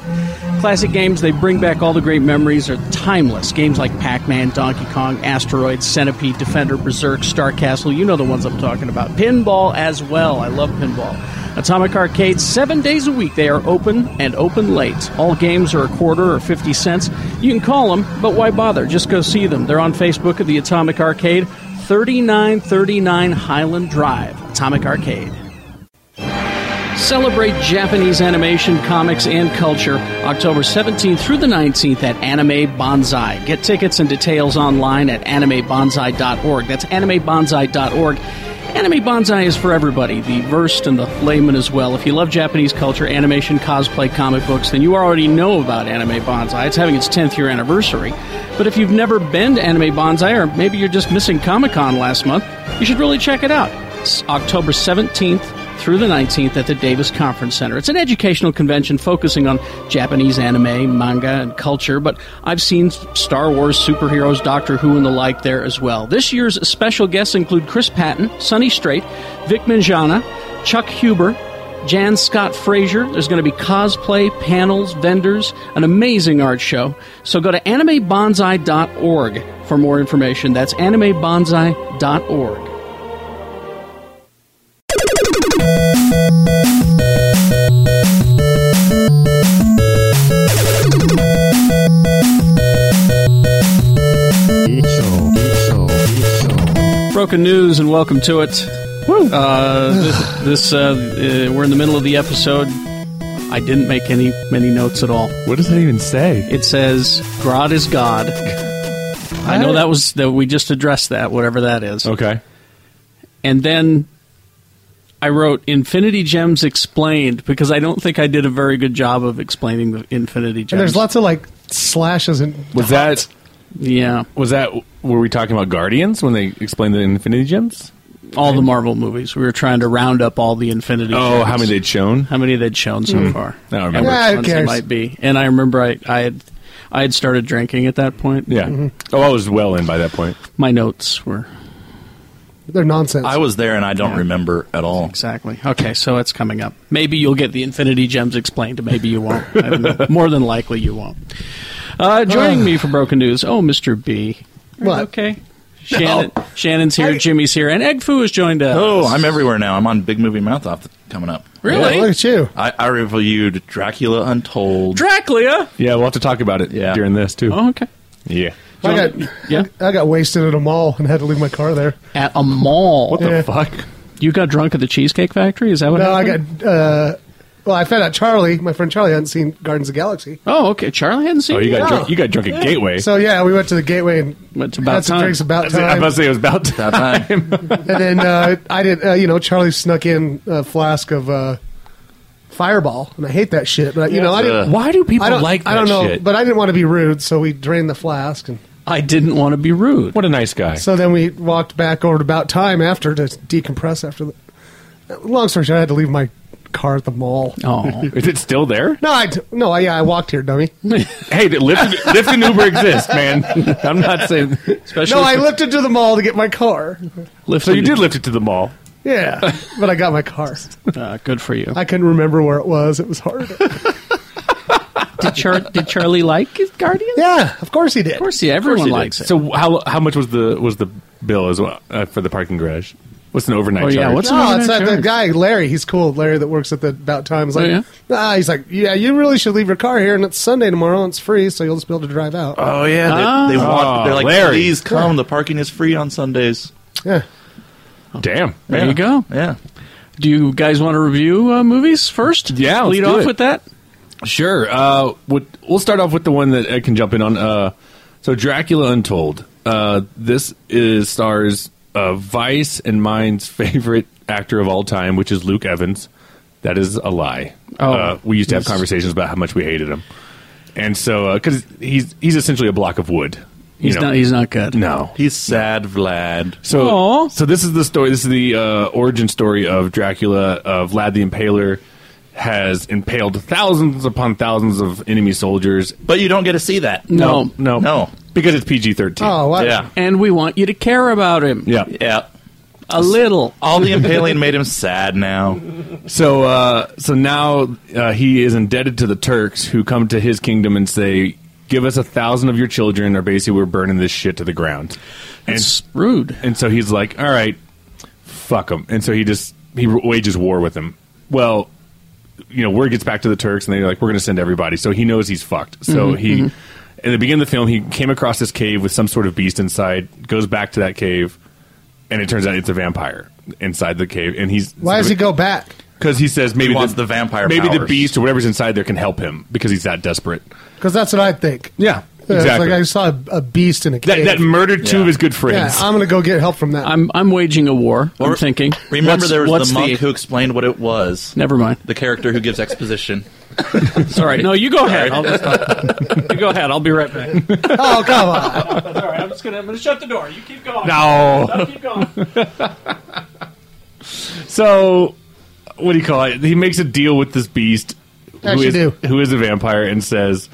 Classic games, they bring back all the great memories, are timeless. Games like Pac Man, Donkey Kong, Asteroid, Centipede, Defender, Berserk, Star Castle, you know the ones I'm talking about. Pinball as well, I love pinball. Atomic Arcade, seven days a week. They are open and open late. All games are a quarter or 50 cents. You can call them, but why bother? Just go see them. They're on Facebook at the Atomic Arcade, 3939 Highland Drive, Atomic Arcade. Celebrate Japanese animation, comics, and culture October 17th through the 19th at Anime Bonsai. Get tickets and details online at animebonsai.org. That's animebonsai.org. Anime Bonsai is for everybody, the versed and the layman as well. If you love Japanese culture, animation, cosplay, comic books, then you already know about Anime Bonsai. It's having its 10th year anniversary. But if you've never been to Anime Bonsai, or maybe you're just missing Comic Con last month, you should really check it out. It's October 17th through the 19th at the Davis Conference Center. It's an educational convention focusing on Japanese anime, manga, and culture, but I've seen Star Wars, superheroes, Doctor Who, and the like there as well. This year's special guests include Chris Patton, Sonny Strait, Vic Manjana, Chuck Huber, Jan Scott Frazier. There's going to be cosplay, panels, vendors, an amazing art show. So go to animebonsai.org for more information. That's animebonsai.org. Broken news and welcome to it. Uh, this, this uh, uh, we're in the middle of the episode. I didn't make any many notes at all.
What does that even say?
It says Grodd is God. I know that was that we just addressed that whatever that is.
Okay.
And then I wrote Infinity Gems explained because I don't think I did a very good job of explaining the Infinity Gems.
And there's lots of like slashes and
Was that
yeah,
was that were we talking about Guardians when they explained the Infinity Gems?
all the Marvel movies. We were trying to round up all the Infinity.
Oh,
Gems.
how many they'd shown?
how many they'd shown so far.
Hmm. I don't
And which
remember.
Yeah, who
ones they
cares?
might be. And I remember I, I had I had started drinking at that point.
Yeah.
Mm-hmm.
Oh, I was well in by that point.
My notes were
they're nonsense.
I was there and I don't remember at all.
exactly. Okay, so it's coming up. Maybe you'll get the Infinity Gems explained, maybe you won't. I don't know. More than likely you won't. Uh, joining me for Broken News, oh Mr. B. Are you
What?
Okay. Shannon, Shannon's here, Jimmy's here, and Egg Foo has joined us.
Oh, I'm everywhere now. I'm on Big Movie Mouth Off coming up.
Yeah, Oh, look
really?
at you.
I, I reviewed Dracula Untold.
Dracula?
Yeah, we'll have to talk about it
Yeah.
during this too.
Oh, okay.
Yeah.
I got,
Yeah.
I got wasted at a mall and had to leave my car there.
At a mall.
What the
Yeah.
fuck?
You got drunk at the Cheesecake Factory? Is that what
No, I
happened?
got. Uh, well, I found out Charlie, my friend Charlie, hadn't seen Gardens of the Galaxy.
Oh, okay. Charlie hadn't seen
Oh, you got
it.
drunk, you got drunk at Gateway.
So yeah, we went to the Gateway and
Went to About
had some
Time.
drinks about
I was about
time.
to say it was about
That
time.
time.
and then uh, I did. Uh, you know, Charlie snuck in a flask of uh, Fireball, and I hate that shit. But you know, I
uh,
didn't.
Why do people
I don't
like that
I don't know,
shit?
but I didn't want to be rude, so we drained the flask, and
I didn't want to be rude.
what a nice guy.
so then we walked back over to about time after to decompress after the Long story short, I had to leave my car at the mall.
Oh.
Is it still there?
No, I d- no, I, yeah, I walked here, dummy.
Hey, Lyft, Lyft and Uber exist, man. I'm not saying. Especially
no, I
for-
lifted to the mall to get my car.
Lyft. So you did lift it to the mall.
Yeah, but I got my car.
Uh, good for you.
I couldn't remember where it was. It was hard.
Did, Char- did Charlie like his Guardian?
Yeah, of course he did. Of
course he. Everyone
Of course you did.
likes it.
So how how much was the was the bill as well uh, for the parking garage? What's an overnight
Oh, yeah,
charge?
what's an
No,
overnight
it's that,
charge?
that guy Larry. He's cool. Larry that works at the About Time. is
Oh,
Like,
yeah?
ah, he's like, yeah, you really should leave your car here, and it's Sunday tomorrow, and it's free, so you'll just be able to drive out.
Oh yeah, they, they
Ah.
want. They're like,
Larry.
please come. The parking is free on Sundays.
yeah.
Damn.
There you go.
Yeah,
Do you guys want to review uh, movies first?
Yeah, let's
Lead
do
off
it.
with that.
Sure. Uh, what, we'll start off with the one that I can jump in on. Uh, so, Dracula Untold. Uh, this is stars uh, Vice and mine's favorite actor of all time, which is Luke Evans. That is a lie.
Oh.
Uh, we used to have
Yes.
conversations about how much we hated him, and so because he's he's essentially a block of wood. you
He's
know?
not. He's not good. Oh,
No,
he's sad, Vlad.
so,
Aw.
so this is the story. This is the uh, origin story of Dracula. Of Vlad the Impaler has impaled thousands upon thousands of enemy soldiers. Um,
But you don't get to see that.
No.
no,
No.
because it's PG thirteen.
Oh, wow.
Yeah,
And we want you to care about him.
yeah.
yeah.
A little.
All the impaling made him sad now.
So, uh, so now uh, he is indebted to the Turks, who come to his kingdom and say, "Give us a thousand of your children, or basically we're burning this shit to the ground." And
It's rude.
And so he's like, "All right, fuck him." And so he just he wages war with him. Well, you know, word gets back to the Turks, and they're like, "We're going to send everybody." So he knows he's fucked. So
Mm-hmm,
he, at the beginning of the film, he came across this cave with some sort of beast inside. Goes back to that cave, and it turns out it's a vampire inside the cave. And he's
Why does he go back?
Because he says maybe
wants the vampire
maybe the
powers.
beast or whatever's inside there can help him because he's that desperate.
Because that's what I think.
Yeah,
Yeah, it's
exactly.
Like I saw a, a beast in a
that,
cave.
that murdered two of his good
yeah,
friends.
I'm gonna go get help from that.
I'm. I'm waging a war. I'm
Or-
thinking.
Remember,
What's-
there was
what's
the monk who explained what it was.
Never mind.
The character who gives exposition.
Sorry. No, you go ahead. I'll just- you go ahead. I'll be right back.
oh come on!
That's all right. I'm just gonna. I'm gonna shut the door. You keep going.
no.
I'll keep going.
So, what do you call it? He makes a deal with this beast,
Yes, you
is
do.
who is a vampire, and says,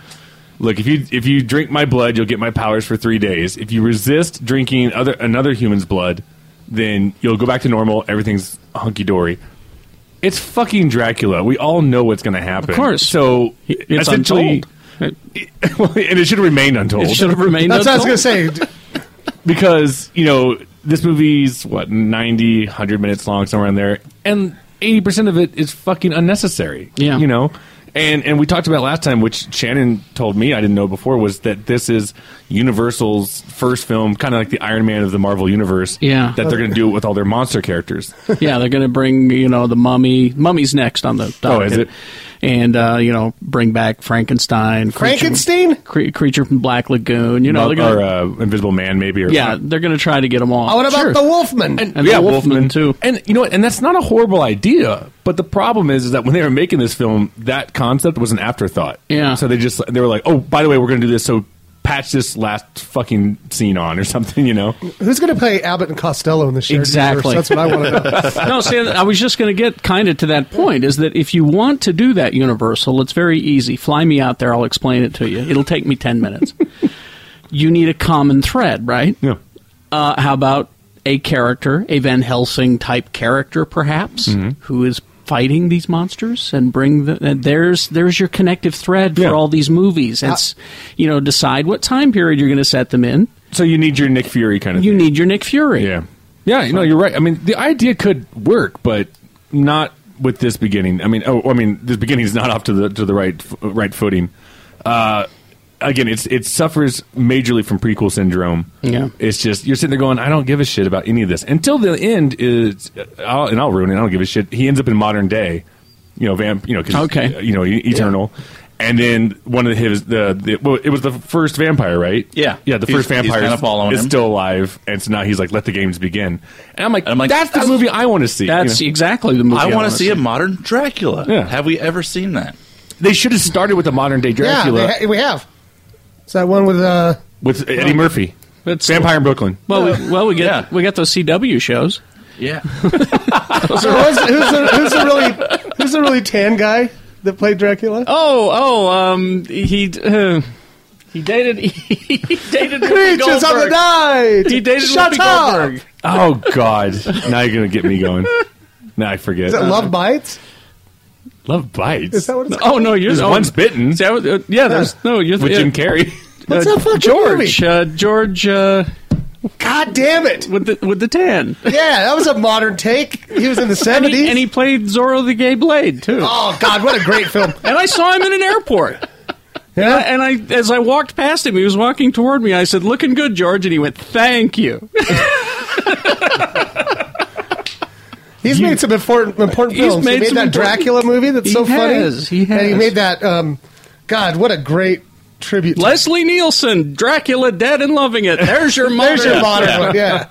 "Look, if you if you drink my blood, you'll get my powers for three days. If you resist drinking other another human's blood, then you'll go back to normal. Everything's hunky dory." It's fucking Dracula. We all know what's going to happen.
Of course.
So
It's
essentially,
untold. It
well, and it should remain untold
it should have remained.
That's what I was
untold.
gonna say. D-
because you know this movie's what 90 100 minutes long somewhere in there and 80% of it is fucking unnecessary
Yeah.
you know and and we talked about last time which shannon told me i didn't know before was that this is universal's first film kind of like the iron man of the marvel universe
Yeah.
that they're gonna do it with all their monster characters
yeah, they're going to bring you know the mummy. Mummy's next on the docket.
Oh, is it?
And uh, you know, bring back Frankenstein, creature,
Frankenstein?
cre- creature from Black Lagoon. You know, they're
or
gonna,
uh, invisible man maybe or
yeah, they're going to try to get them all.
Oh, what about
Sure.
the Wolfman?
and the Wolfman, too?
And you know what? And that's not a horrible idea. But the problem is, is that when they were making this film, that concept was an afterthought.
Yeah.
So they just they were like, oh, by the way, we're going to do this. So patch this last fucking scene on or something. You know?
Who's gonna play Abbott and Costello in the shared
Exactly.
universe? That's what I want to know.
no, see, I was just going to get kind of to that point is that if you want to do that universal, it's very easy. Fly me out there, I'll explain it to you. It'll take me 10 minutes. you need a common thread, right?
Yeah.
Uh, how about a character, a Van Helsing type character, perhaps, who is fighting these monsters and bring the and there's there's your connective thread for
Yeah.
all these movies and s you know decide what time period you're going to set them in
So you need your Nick Fury kind of.
you
thing.
need your nick fury
Yeah. Yeah. You know, you're right. I mean, the idea could work, but not with this beginning. I mean, oh, I mean, this beginning is not off to the to the right f- right footing. Uh, again, it's it suffers majorly from prequel syndrome.
Yeah.
it's just you're sitting there going, I don't give a shit about any of this until the end is, I'll, and I'll ruin it. I don't give a shit. He ends up in modern day, you know, vamp, you know, 'cause,
Okay.
uh, you know, e- eternal. And then one of his the, the well, it was the first vampire, right?
Yeah.
yeah. The
He's-
first
he's
vampire
kinda
is-
following
is
him.
still still alive, and so now he's like, "Let the games begin." And I'm like,
I'm like,
"That's the
that's-
movie I want to see." you
that's
know?
exactly the movie
I want
wanna
to see a modern Dracula.
Yeah.
Have we ever seen that?
they should have started with the modern day
yeah,
Dracula
they ha- we have. It's that one with uh,
with Eddie Murphy,
That's-
Vampire in Brooklyn.
Well, we, well, we get
Yeah.
we got those CW shows.
Yeah.
So who's, who's, the, who's the really who's the really tan guy that played Dracula?
Oh, oh, um, he uh, he dated he dated Whoopi
Creatures on the
Goldberg.
night.
He dated
Shut
Whoopi
up.
Goldberg.
Oh God! now you're gonna get me going. Now I forget.
Is it Love Bites?
Love bites.
Is that what it's called?
Oh no, you're
There's
oh,
one's bitten
see, I was- uh, yeah, there's no you're
with
yeah,
Jim Carrey.
What's that fucking
George,
movie?
uh, George uh,
God damn it!
with the with the tan.
Yeah, that was a modern take. He was in the
And
seventies.
he, and he played Zorro the Gay Blade too.
oh God, what a great film!
And I saw him in an airport.
Yeah,
And I, as I walked past him, he was walking toward me. I said, "Looking good, George," and he went, "Thank you."
he's made some important important
He's
films.
made
he made
some
that
important-
Dracula movie that's
He
so
has,
funny.
he
And he
has.
made that. Um, God, what a great tribute. to-
Leslie Nielsen, Dracula, dead and loving it. There's your modern.
There's your modern one. Yeah,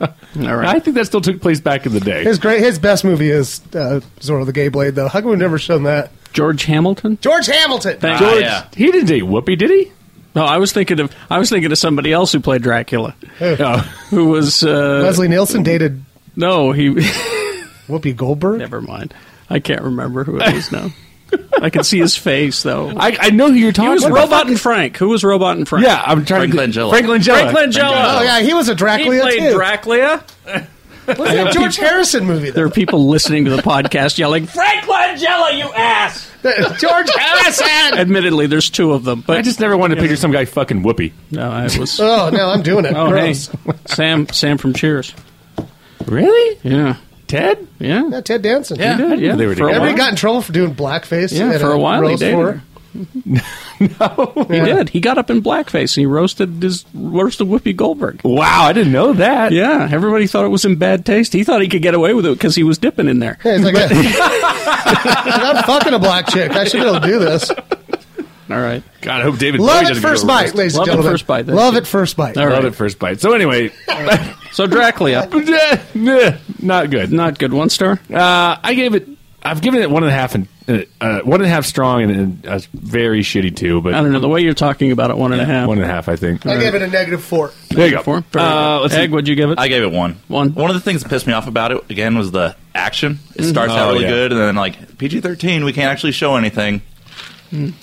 All right.
I think that still took place back in the day.
his great his best movie is uh, Zorro the Gay Blade though. How come we've never shown that?
George Hamilton.
George Hamilton.
Thank
George,
you.
yeah.
he didn't date Whoopi, did he?
No, I was thinking of I was thinking of somebody else who played Dracula,
Oh,
who was uh,
Leslie Nielsen dated
no he.
Whoopi Goldberg.
Never mind. I can't remember who it was now. I can see his face though.
I, I know who you're
he
talking.
was
about.
Robot and Frank. Who was Robot and Frank?
Yeah, I'm trying
Frank
to
Langella.
Frank Langella.
Frank Langella.
Oh yeah, he was a
He
Dracula
played
too.
Dracula.
What's that George Harrison movie?
There are
Though?
people listening to the podcast yelling. "Frank!"
George Harrison.
Admittedly, there's two of them,
I
but
just never wanted to picture some guy fucking Whoopi.
no, I was.
Oh no, I'm doing it.
Oh hey,
Gross.
Sam, Sam from Cheers.
Really?
Yeah,
Ted?
yeah,
Yeah, Ted Danson.
Yeah.
Good, yeah.
They were
for a
together.
Everybody
while.
got in trouble for doing blackface.
Yeah,
at
for a while he
Rose
dated
Floor.
her. he did. He got up in blackface and he roasted his roasted Whoopi Goldberg.
Wow, I didn't know that.
Yeah, everybody thought it was in bad taste. He thought he could get away with it because he was dipping in there.
Yeah, he's like, "Yeah." I'm fucking a black chick. I should be able to do this.
All right.
God, I hope David Bowie
Love at
doesn't get
first
over
bite,
this.
ladies
Love
and
at
gentlemen.
first bite, that's
Love
it.
at first bite.
All
Love
right.
at first bite. So anyway,
So Dracula,
not good.
not good. One star.
Uh, I gave it. I've given it one and a half and uh, uh, one and a half strong and a very shitty two, but
I don't know the way you're talking about it. One and a half.
one and a half, I think.
I gave it a negative four.
there you go.
Four. Very
Uh,
good.
let's see.
Egg, what'd you give it?
I gave it one.
One.
One of the things that pissed me off about it again was the action. It starts out
Oh,
really
yeah.
good, and then like PG thirteen, we can't actually show anything.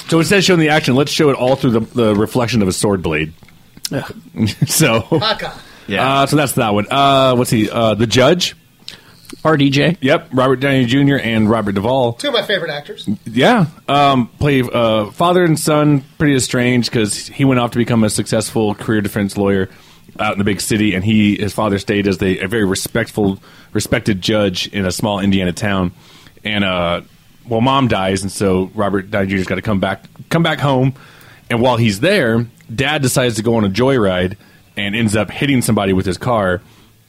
So instead of showing the action, let's show it all through the, the reflection of a sword blade. so,
Haka.
Yeah,
uh, so that's that one. Uh, what's he? Uh, the judge.
RDJ.
Yep, Robert Downey Jr. and Robert Duvall.
Two of my favorite actors.
Yeah, um, play uh, father and son. Pretty estranged because he went off to become a successful career defense lawyer out in the big city, and he his father stayed as the, a very respectful, respected judge in a small Indiana town. And uh, well, mom dies, and so Robert Downey Jr.'s got to come back come back home. And while he's there, dad decides to go on a joyride and ends up hitting somebody with his car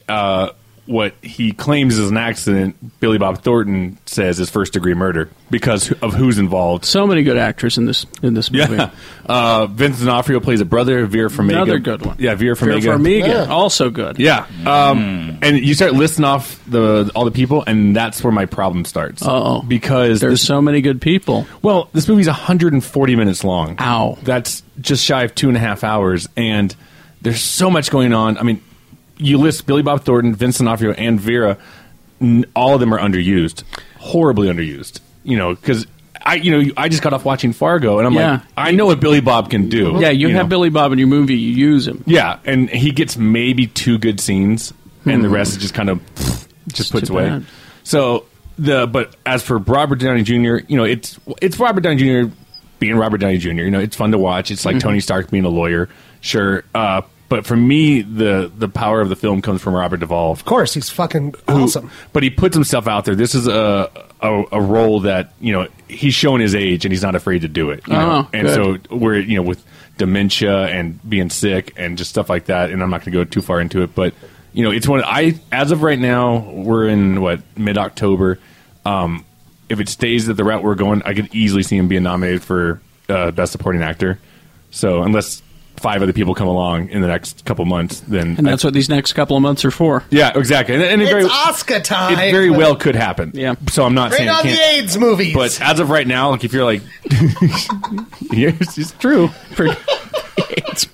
uh, what he claims is an accident, Billy Bob Thornton says is first degree murder because of who's involved.
So many good actors in this in this movie.
Yeah, uh, Vince D'Onofrio plays a brother, Vera Farmiga.
Another good one.
Yeah, Vera
Vera
Farmiga.
Farmiga, also good.
Yeah, um, and you start listing off the all the people, and that's where my problem starts.
Uh-oh.
because
There's
this-
so many good people.
well, this movie's 140 minutes long.
Ow.
That's just shy of two and a half hours, and there's so much going on. I mean, you list Billy Bob Thornton, Vincent D'Onofrio, and Vera. N- all of them are underused, horribly underused. You know, because I, you know, I just got off watching Fargo, and I'm
Yeah.
like, I know what Billy Bob can do.
Yeah, you, have
know?
Billy Bob in your movie. You use him.
Yeah, and he gets maybe two good scenes, and the rest is just kind of just puts
Hmm. too
away.
bad.
So the but as for Robert Downey Jr., you know it's it's Robert Downey Jr. being Robert Downey Jr. You know it's fun to watch. It's like Tony Stark being a lawyer, sure. Uh, but for me, the the power of the film comes from Robert Duvall,
Of course, he's fucking
who-
awesome.
But he puts himself out there. This is a, a a role that you know he's shown his age and he's not afraid to do it. you know?
Oh,
and
good.
so where you know with dementia and being sick and just stuff like that. And I'm not going to go too far into it, but you know it's one I as of right now we're in what mid October. Um, if it stays at the route we're going, I could easily see him being nominated for uh, best supporting actor. So unless five other people come along in the next couple months, then
And
I-
that's what these next couple of months are for.
yeah, exactly. And, and it
It's
very,
Oscar time.
It very well could happen.
Yeah.
So I'm not
Bring
saying it
on the
can't.
AIDS movies.
But as of right now, like if you're like, yes, it's true.
For- it's-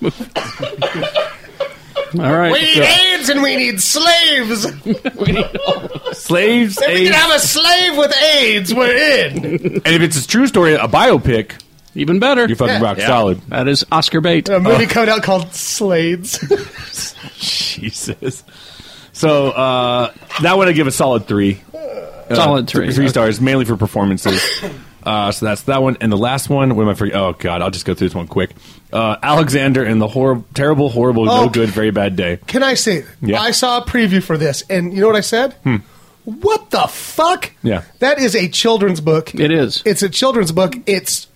All right.
We need AIDS and we need slaves.
Slaves.
if we can
AIDS.
have a slave with AIDS, we're in.
and if it's a true story, a biopic,
even better.
You're fucking
Yeah.
rock
Yeah.
solid.
That is Oscar bait.
Uh,
A movie coming out called Slades.
Jesus. So uh, that one I give a solid three. Uh,
Solid three,
Three
okay.
stars, mainly for performances. Uh, so that's that one, and the last one. What am I forget? Oh God, I'll just go through this one quick. Uh, Alexander and the horrible, terrible, horrible,
Oh.
no good, very bad day.
Can I say it?
Yeah.
I saw a preview for this, and you know what I said?
Hmm.
What the fuck?
Yeah.
That is a children's book. It
is.
It's a children's book. It's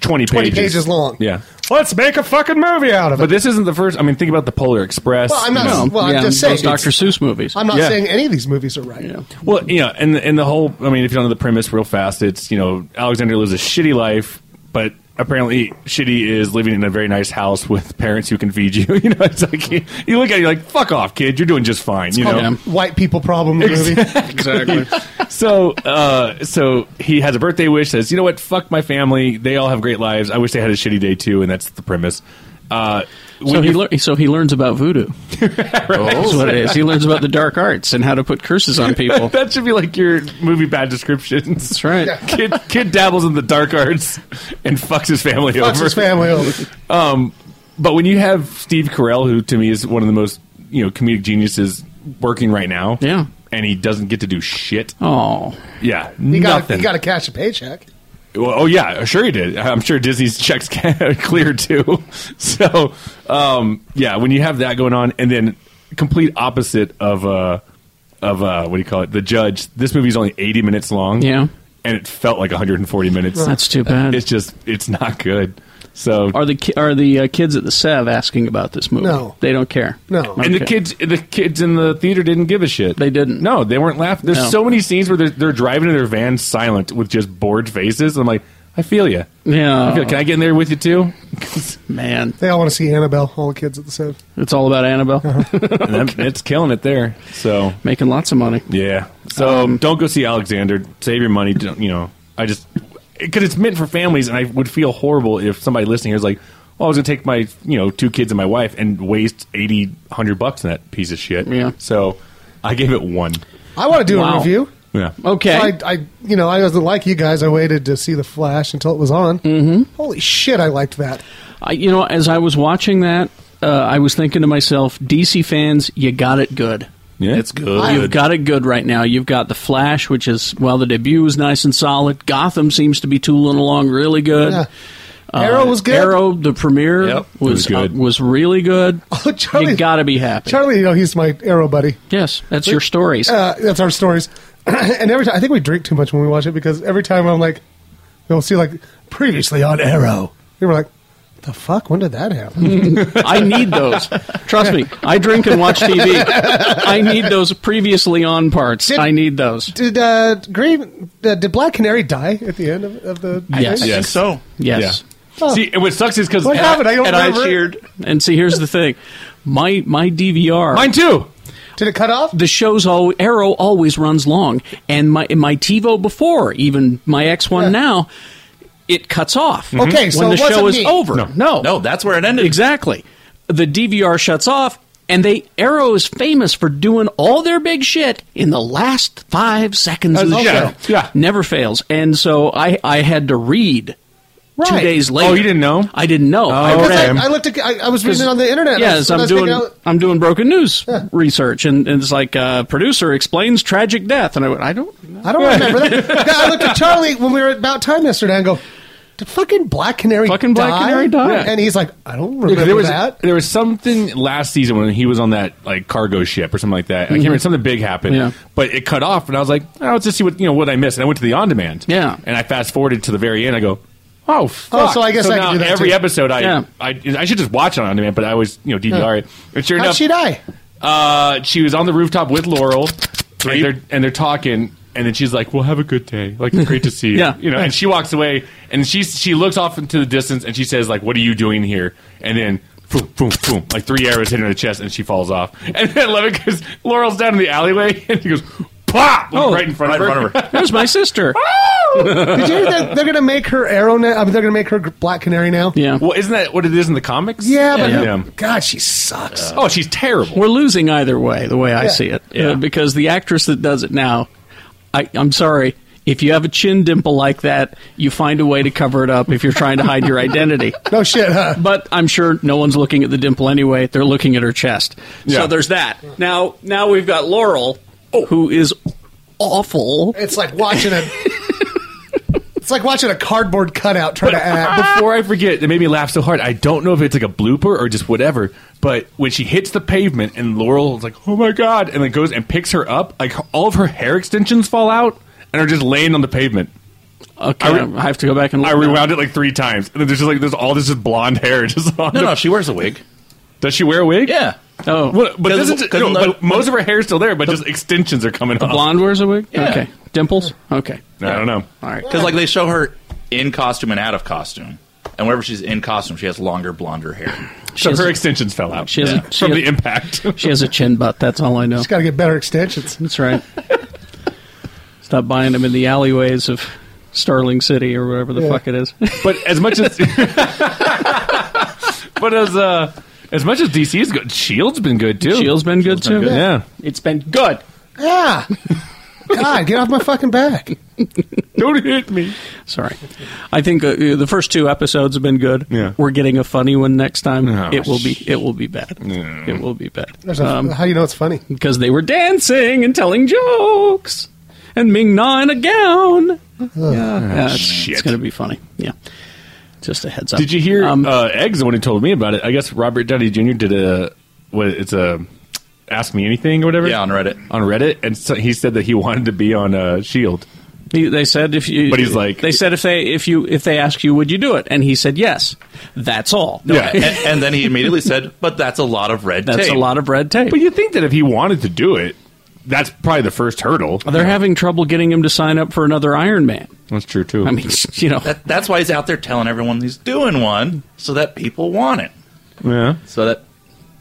Twenty
20
pages.
pages long.
Yeah,
let's make a fucking movie out of it.
but this isn't the first. I mean, think about the Polar Express.
Well, I'm not-
you know.
well, I'm Yeah, just saying, those Dr. it's-
Seuss movies.
I'm not
Yeah.
saying any of these movies are right.
Well, you know, and and the whole. I mean, if you don't know the premise, real fast, it's you know Alexander lives a shitty life, but apparently shitty is living in a very nice house with parents who can feed you. You know, it's like you, you look at it, you're like, fuck off, kid, you're doing just fine. you know,
Called Oh, White people problem movie.
Exactly. so, uh, so he has a birthday wish. Says, you know what? Fuck my family. They all have great lives. I wish they had a shitty day too, and that's the premise. Uh,
So
when
he,
you-
lear- so he learns about voodoo. That's what it is. He learns about the dark arts and how to put curses on people.
that should be like your movie bad descriptions. That's
right.
Kid, kid dabbles in the dark arts and fucks his family
Fucks
over.
his family over.
Um, but when you have Steve Carell, who to me is one of the most you know comedic geniuses working right now, yeah, and he doesn't get to do shit.
Oh,
yeah,
You got
nothing.
you got to cash a paycheck.
Well, oh yeah, sure he did. I'm sure Disney's checks clear too. So um, yeah, when you have that going on, and then complete opposite of uh, of uh, what do you call it? The judge. This movie's only 80 minutes long.
Yeah.
and it felt like 140 minutes.
That's too bad.
It's just it's not good. So
Are the ki- are the uh, kids at the Sev asking about this movie?
No.
they don't care.
and the
Okay.
kids, the kids in the theater didn't give a shit. They
didn't.
No, they weren't laughing. There's
No.
so many scenes where they're, they're driving in their van silent with just bored faces. I'm like, I feel you.
Yeah.
I feel, can I get in there with you too?
Man,
They all want to see Annabelle. All the kids at the same.
it's all about Annabelle.
Uh-huh. And that- It's killing it there. So
making lots of money.
Yeah. So don't go see Alexander. Save your money. Don't, you know, I just because it's meant for families, and I would feel horrible if somebody listening here is like, "Oh, I was gonna take my you know two kids and my wife and waste 80, 100 bucks on that piece of shit." Yeah. So I gave it one.
I want to do a review.
Yeah.
I, I, you know, I wasn't like you guys. I waited to see the Flash until it was on. Mm-hmm. Holy shit, I liked that.
I, you know, as I was watching that, uh, I was thinking to myself, DC fans, you got it good.
Yeah, it's good.
You've got it good right now. You've got the Flash, which is well, the debut was nice and solid. Gotham seems to be tooling along really good. Uh,
Yeah. Arrow was good.
Arrow, the premiere was
was good.
uh, was really good.
Oh, Charlie,
you got to be happy.
Charlie, you know, he's my arrow buddy.
Yes, that's your stories.
Uh, that's our stories. and every time, I think we drink too much when we watch it because every time I'm like, we'll see like previously on Arrow, and we're like, the fuck? When did that happen?
I need those. Trust me, I drink and watch TV. I need those previously on parts. I need those.
did uh, Green? Uh, did Black Canary die at the end of, of the? thing?
Yes.
Oh.
See, and what sucks is because
What happened? I don't remember.
And see, here's the thing, my my DVR, mine
too.
Did it cut off?
The show's all, Arrow always runs long, and my my TiVo before, even my X one now, it cuts off.
Mhm. Okay, so
when the
it wasn't
show is
me.
over,
No.
no,
No, that's where it ended.
Exactly. The DVR shuts off, and they Arrow is famous for doing all their big shit in the last five seconds of the
Uh, yeah,
show. Yeah, never fails. And so I I had to read. Two
Right.
days
Oh,
later.
you Oh,
didn't know? I didn't know. I
Because
read.
I, I looked. At, I, I was reading it on the internet. I was-
Yes,
I
I'm
was thinking
doing.
out-
I'm doing broken news research, and, and it's like uh, producer explains tragic death, and I went, I don't,
I don't remember that. Yeah, I looked at Charlie when we were at Mount Time yesterday and go, did fucking Black Canary
Fucking
die?
Black Canary die?
And he's like, I don't
Yeah, 'cause
remember
there was
that.
there was something last season when he was on that like cargo ship or something like that. I
Mm-hmm.
can't
Mhm.
remember something big happened,
Yeah.
but it cut off, and I was like, oh, let's just see what you know what I missed. And I went to the on demand, yeah, and I fast forwarded to the very end. I go, oh, fuck.
so I guess I
now
can do that
every
too.
episode. I,
Yeah.
I I should just watch it on demand, but I always you know DVR it. And sure
How'd
enough,
she die?
Uh, she was on the rooftop with Laurel, and they're and they're talking. And then she's like, "Well, have a good day. Like, great to see you."
Yeah.
you know. And she walks away, and she she looks off into the distance, and she says, "Like, what are you doing here?" And then, boom, boom, boom, like three arrows hit her in the chest, and she falls off. And then I love it because
Oh,
Laurel's down in the alleyway, and he goes, "Pop!" Oh, right in front of her.
There's my sister.
Did you hear that they're going to make her arrow? Now, I mean, they're going to make her g- Black Canary now.
Yeah.
Well, isn't that what it is in the comics?
Yeah, but
Yeah.
God, she sucks.
oh, she's terrible.
We're losing either way, the way I
Yeah.
see it, Uh, because the actress that does it now, I, I'm sorry. If you have a chin dimple like that, you find a way to cover it up if you're trying to hide your identity.
no oh, shit, huh?
But I'm sure no one's looking at the dimple anyway. They're looking at her chest. So there's that. Now, now we've got Laurel, who is awful.
It's like watching a. it's like watching a cardboard cutout try to act.
Before I forget, it made me laugh so hard. I don't know if it's like a blooper or just whatever, but when she hits the pavement and Laurel's like, "Oh my god," and then goes and picks her up, like all of her hair extensions fall out and are just laying on the pavement.
Okay, I have to go back and.
I rewound it like three times, and then there's just like there's all this just blonde hair just on.
No,
the-
no, she wears a wig.
Does she wear a wig?
Yeah.
Oh,
What, but,
'Cause-
this is,
'cause
no,
the-
but most of her hair is still there, but just extensions are coming
The
off.
blonde wears a wig?
Yeah.
Okay. Dimples? Okay.
I don't know.
All right.
Because like they show her in costume and out of costume, and whenever she's in costume, she has longer, blonder hair.
So her extensions fell out
She has a- she
from
has-
the impact.
She has a chin butt. That's all I know.
She's got to get better extensions.
That's right. Stop buying them in the alleyways of Starling City or wherever the
Yeah.
fuck it is.
But as much as, but as uh, as much as DC's good, Shield's been good too.
Shield's been good too.
good. Yeah.
It's been good.
Yeah. Ah, God, get off my fucking back.
Don't hit me.
Sorry. I think uh, the first two episodes have been good.
Yeah.
We're getting a funny one next time.
Oh,
it will be it will be bad.
Mm.
It will be bad. Um,
There's a- how you know it's funny?
because they were dancing and telling jokes and Ming Na in a gown. Yeah, it's,
Oh, shit.
it's going to be funny. Yeah. Just a heads up.
Did you hear
Um,
uh, Eggs the one who told me about it? I guess Robert Downey Jr. did a what? It's a Ask Me Anything or whatever.
Yeah, on Reddit.
On Reddit, and so he said that he wanted to be on uh, Shield.
He- They said if you,
But he's like-
they said if they if you if they ask you would you do it, and he said yes. That's all.
No, and, and then he immediately said, "But that's a lot of red
That's
tape."
a lot of red tape.
But you think that if he wanted to do it, that's probably the first hurdle.
They're having trouble getting him to sign up for another Iron Man.
That's true too.
I mean, you know,
That, that's why he's out there telling everyone he's doing one, so that people want it,
yeah.
so that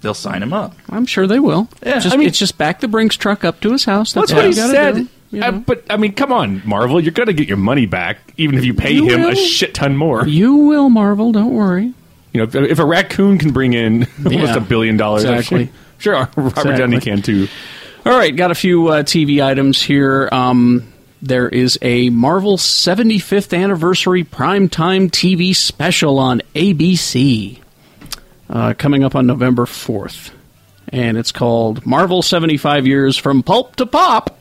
they'll sign him up.
I'm sure they will.
Yeah,
just,
I mean-
it's just back the Brinks truck up to his house. That's,
That's what he
you gotta
said.
do, you
I-
know.
but I mean, come on, Marvel, you're gonna get your money back, even if you pay
You
him
will.
a shit ton more. You,
you will, Marvel. Don't worry.
know, if, if a raccoon can bring in almost
Yeah.
a billion dollars, I'm
Exactly.
Sure, sure Robert
Exactly.
Downey can too.
All right, got a few uh, TV items here. Um, there is a Marvel 75th anniversary primetime TV special on ABC uh, coming up on November 4th. And it's called Marvel 75 Years from Pulp to Pop.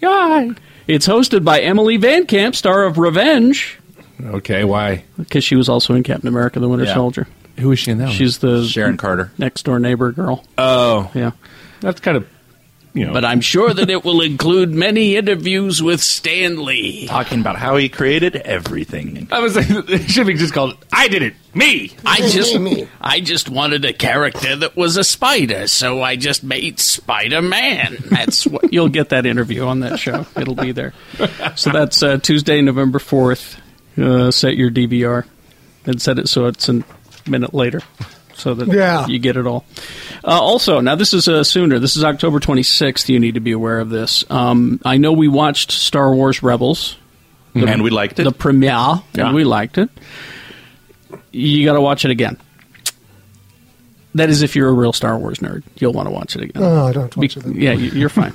Yay! It's hosted by Emily Van Camp, star of Revenge,
Okay, why?
because she was also in Captain America the Winter
Yeah.
Soldier.
Who is she in that? She's,
She's the
Sharon Carter.
next door neighbor girl.
oh,
yeah.
that's kind of you know.
but I'm sure that it will include many interviews with Stanley.
Talking about how he created everything.
I was like, it should be just called "I Did It, Me."
I just, I just wanted a character that was a spider, so I just made Spider Man. That's what you'll get that interview on that show. It'll be there. So that's uh, Tuesday, November fourth. Uh, set your DVR and set it so it's a minute later, so that
Yeah.
you get it all. Uh, also, now this is uh, sooner. This is October twenty sixth. You need to be aware of this. Um, I know we watched Star Wars Rebels.
And we liked it.
the premiere,
Yeah.
and we liked it. You got to watch it again. That is, if you're a real Star Wars nerd, you'll want to watch it again.
Oh, I don't have to
Be-
watch it. then.
yeah, you- you're fine.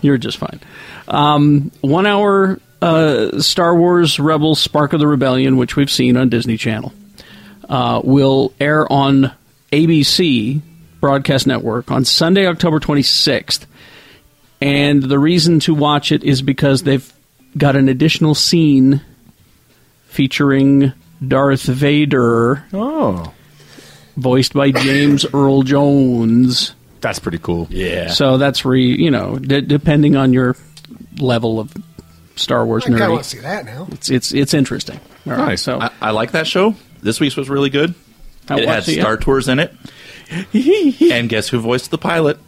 you're just fine. Um, one hour uh, Star Wars Rebels Spark of the Rebellion, which we've seen on Disney Channel, uh, will air on ABC Broadcast Network on Sunday, October 26th. And the reason to watch it is because they've got an additional scene featuring Darth Vader,
oh,
voiced by James Earl Jones.
that's pretty cool.
yeah.
So that's re you know d- depending on your level of Star Wars
I kind of
nerdy,
want to see that now.
it's it's it's interesting. All right,
Nice.
so
I, I like that show. This week's was really good.
I
it had
watched it, yeah.
Star Tours in it. and guess who voiced the pilot?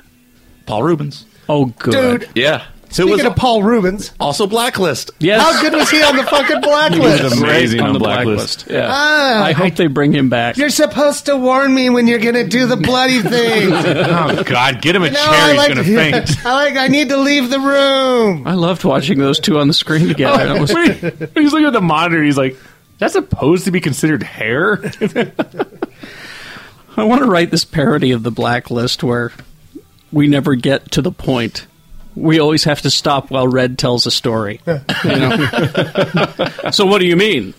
Paul Rubens.
oh good,
Dude,
Yeah.
So it
Speaking
was
of Paul Rubens,
also Blacklist.
how good was he on the fucking blacklist?
on the
blacklist.
Yeah.
Ah.
I hope they bring him back.
You're supposed to warn me when you're going to do the bloody thing.
oh God, get him a
No,
chair.
I
He's
like,
gonna faint.
I like. I need to leave the room.
I loved watching those two on the screen together. That was-
When he- when he's looking at the monitor. He's like, "That's supposed to be considered hair."
I want to write this parody of the blacklist where we never get to the point. We always have to stop while Red tells a story. You know? so what do you mean?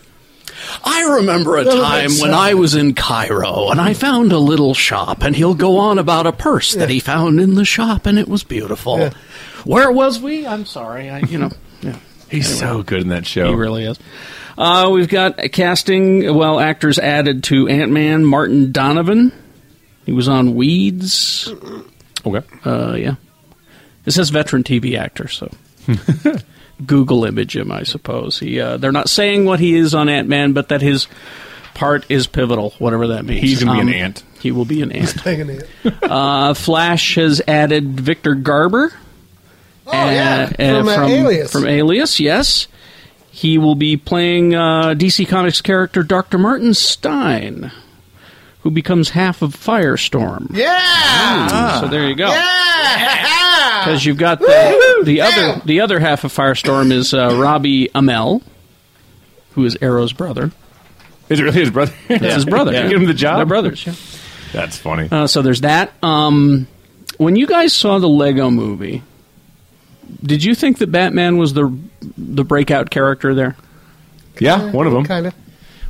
I remember a time when I was in Cairo and I found a little shop, and he'll go on about a purse that he found in the shop, and it was beautiful.
Yeah.
Where was we? I'm sorry. I, you know,
He's so good in that show.
He really is. Uh, we've got a casting, well, actors added to Ant Man, Martin Donovan. He was on Weeds.
Okay.
Uh, yeah. It says veteran TV actor, so. Google image him, I suppose. He, uh, they're not saying what he is on Ant Man, but that his part is pivotal, whatever that means. Um,
He's gonna be an ant.
He will be an ant. uh, Flash has added Victor Garber. Oh,
yeah, from, uh, Alias.
From Alias, yes. He will be playing uh, DC Comics character Dr. Martin Stein, who becomes half of Firestorm.
Yeah.
Mm, so there you go.
Yeah.
Because you've got the, the other the other half of Firestorm is uh, Robbie Amell, who is Arrow's brother.
Is it really his brother?
That's his brother.
Yeah.
yeah.
Give him the job.
They're brothers. Yeah.
That's funny.
Uh, so there's that. Um, when you guys saw the Lego Movie, did you think that Batman was the the breakout character there?
Yeah, one of them.
Kind of.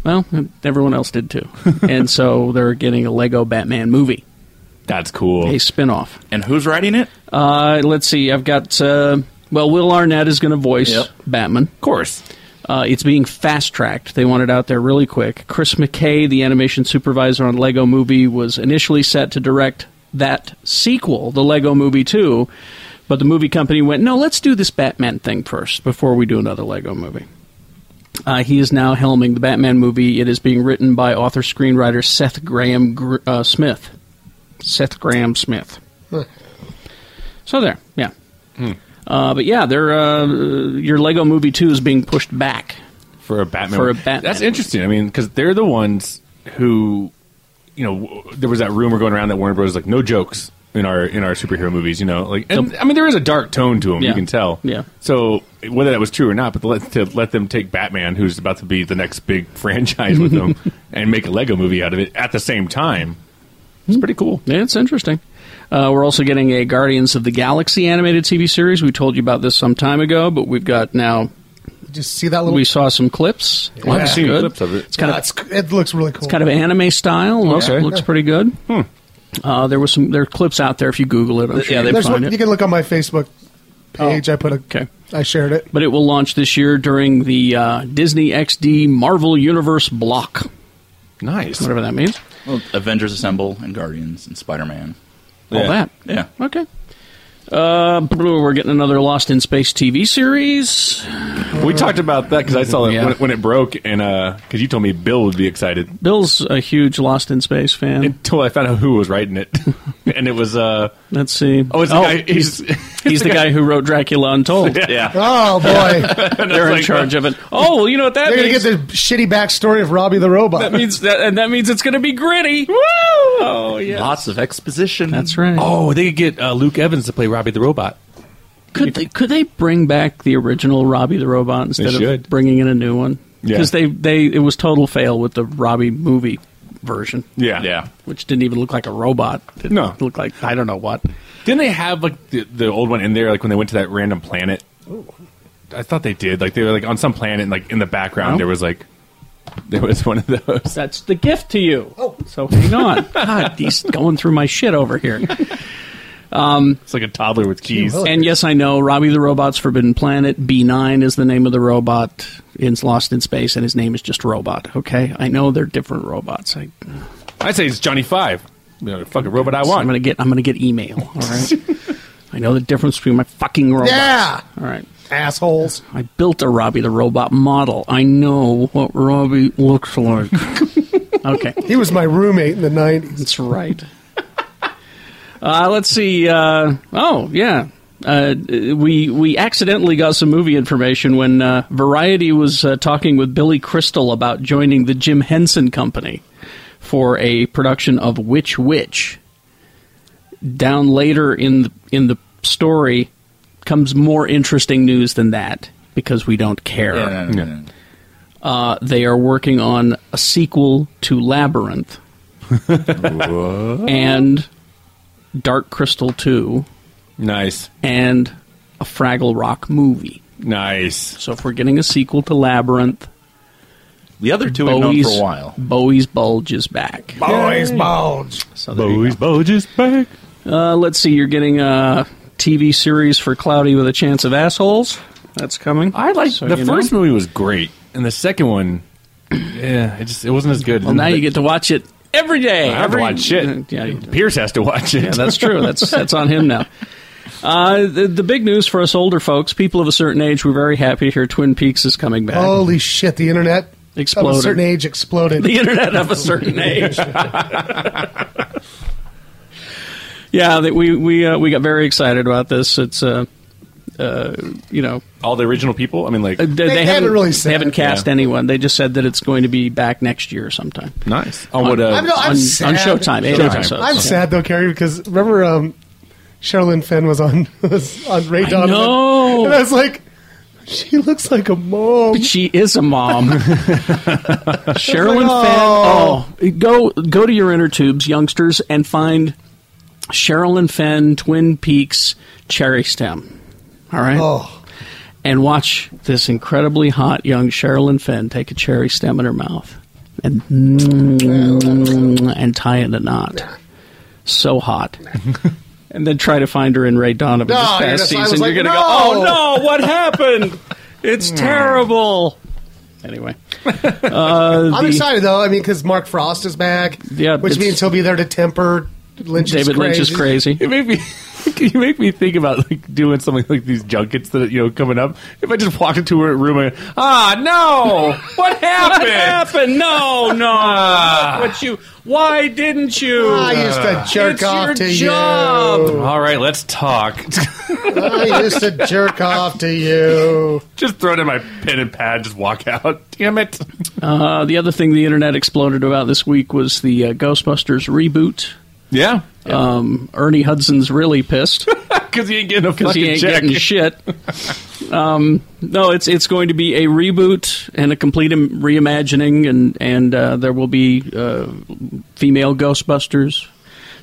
Well, everyone else did too, and so they're getting a Lego Batman movie.
That's cool.
A spin-off.
And who's writing it?
Uh, let's see. I've got uh, well, Will Arnett is going to voice
Yep.
Batman, of
course.
Uh, it's being fast tracked. They want it out there really quick. Chris McKay, the animation supervisor on Lego Movie, was initially set to direct that sequel, the Lego Movie Two, but the movie company went, "No, let's do this Batman thing first before we do another Lego Movie." Uh, he is now helming the Batman movie. It is being written by author screenwriter Seth Graham Gr- uh, Smith. Seth Graham Smith.
Hmm.
So there, yeah. Uh, but yeah, they're, uh, your Lego Movie Two is being pushed back.
for a Batman.
For a
movie.
Batman
That's interesting. I mean, because they're the ones who, you know, w- there was that rumor going around that Warner Bros. is like no jokes in our in our superhero movies. You know, like and, I mean, there is a dark tone to them.
Yeah.
You can tell.
Yeah.
So whether that was true or not, but to let, to let them take Batman, who's about to be the next big franchise with them, and make a Lego movie out of it at the same time.
Hmm.
It's pretty cool.
Yeah, it's interesting. Uh, we're also getting a Guardians of the Galaxy animated TV series. We told you about this some time ago, but we've got now.
Just see that little.
We saw some clips.
Well, I haven't seen
Good.
clips of it.
It's kind of
it looks really cool.
It's kind of anime style. Looks,
Okay. Hmm.
looks pretty good. Uh, there was some there are clips out there if you Google it. I'm sure you can
There's one-
find
You
it.
can look on my Facebook
Oh.
page. I put a.
Okay.
I shared it.
But it will launch this year during the uh, Disney XD Marvel Universe block.
Nice.
Whatever that means.
Well, Avengers Assemble and Guardians and Spider Man.
All that.
Yeah.
Okay. Uh, we're getting another Lost in Space TV series.
We talked about that because I saw it
Yeah.
when, when it broke, and because you told me Bill would be excited.
Bill's a huge Lost in Space fan.
until I found out who was writing it, and it was uh
Let's see.
oh, it's the guy-
he's,
he's-
he's the guy who wrote Dracula Untold.
yeah.
Oh boy.
They're in charge of it. Oh, well, you know what that
They're
means?
gonna get the shitty backstory of Robbie the robot.
that means that, and that means it's going to be gritty. Woo! Oh yeah,
Lots of exposition.
That's right.
Oh, they could get uh, Luke Evans to play Robbie the robot.
Could they, could they bring back the original Robbie the Robot instead of
should.
bringing in a new one?
Yeah.
Because they, they it was total fail with the Robbie movie version.
Yeah, yeah.
Which didn't even look like a robot. It
No.
looked like I don't know what.
Didn't they have like the, the old one in there? Like when they went to that random planet. I thought they did. Like they were like on some planet, and like in the background
No.
there was like there was one of those.
That's the gift to you. Oh, so hang on. God, he's going through my shit over here. Um,
It's like a toddler with keys.
and yes, I know Robbie the Robot's Forbidden Planet. B nine is the name of the robot. It's Lost in Space, and his name is just Robot. Okay, I know they're different robots. I,
I say it's Johnny Five. You know, the fucking robot I
I'm
want.
gonna get. I'm gonna get email. All right. I know the difference between my fucking robots.
Yeah.
All right.
Assholes.
I built a Robbie the Robot model. I know what Robbie looks like. okay.
He was my roommate in the nineties.
That's right. Uh, let's see. Uh, oh yeah, Uh, we we accidentally got some movie information when uh, Variety was uh, talking with Billy Crystal about joining the Jim Henson Company for a production of Witch Witch. Down later in the, in the story comes more interesting news than that because we don't care.
Yeah, no, no, no,
Uh, they are working on a sequel to Labyrinth and Dark Crystal 2.
Nice.
And a Fraggle Rock movie.
Nice.
So if we're getting a sequel to Labyrinth,
the other two we've known for a while.
Bowie's Bulge is back.
Bowie's
Yay.
bulge.
So Bowie's
Bulge is back.
Uh, let's see, you're getting a TV series for Cloudy with a Chance of Assholes. That's coming.
I like
So
the
you
first
know.
movie was great, and the second one, yeah, it just it wasn't as good.
Well, now you get to watch it every day.
I have
every,
to watch it.
Yeah,
Pierce has to watch it.
Yeah, that's true. That's that's on him now. Uh, the, the big news for us older folks, people of a certain age, we're very happy to hear Twin Peaks is coming back.
Holy shit! The internet Of
Exploded.
a certain age exploded.
The internet of a certain age. yeah, that we we uh, we got very excited about this. It's uh, uh, you know,
all the original people. I mean, like
Uh, they, they haven't really they haven't cast anyone. They just said that it's going to be back next year sometime.
Nice on what uh,
I'm, no, I'm
on,
sad.
on Showtime. eight
Showtime.
episodes.
I'm
Yeah.
sad though, Carrie, because remember um, Sherilyn Fenn was on was on Ray
I
Donovan,
know.
and I was like, she looks like a mom.
But she is a mom. Sherilyn
It's
Fenn.
like, oh.
Oh, go go to your inner tubes, youngsters, and find Sherilyn Fenn Twin Peaks Cherry Stem. All right.
Oh.
And watch this incredibly hot young Sherilyn Fenn take a cherry stem in her mouth and and tie it in a knot. So hot. and then try to find her in Ray Donovan this
No,
past
you're just- I was
season.
like,
you're gonna
no. Hmm.
go, oh no, what happened? It's terrible. Anyway, uh,
I'm
the-
excited though. I mean, because Mark Frost is back,
Yeah,
which
it's-
means he'll be there to temper Lynch's
David Lynch is crazy.
It made me. You make me think about like doing something like these junkets that you know coming up. If I just walked into a room and ah no, what happened?
What happened? No, no.
Ah.
What you? Why didn't you?
I used to jerk
It's
off
your
to
job.
All right, let's talk.
you. I used to jerk off to you.
just throw it in my pen and pad. Just walk out. Damn it!
Uh, the other thing the internet exploded about this week was the uh, Ghostbusters reboot.
Yeah,
Um, Ernie Hudson's really pissed
because he ain't getting a
because
fucking
he ain't
check.
getting shit. Um, no, it's it's going to be a reboot and a complete im- reimagining, and and uh, there will be uh, female Ghostbusters.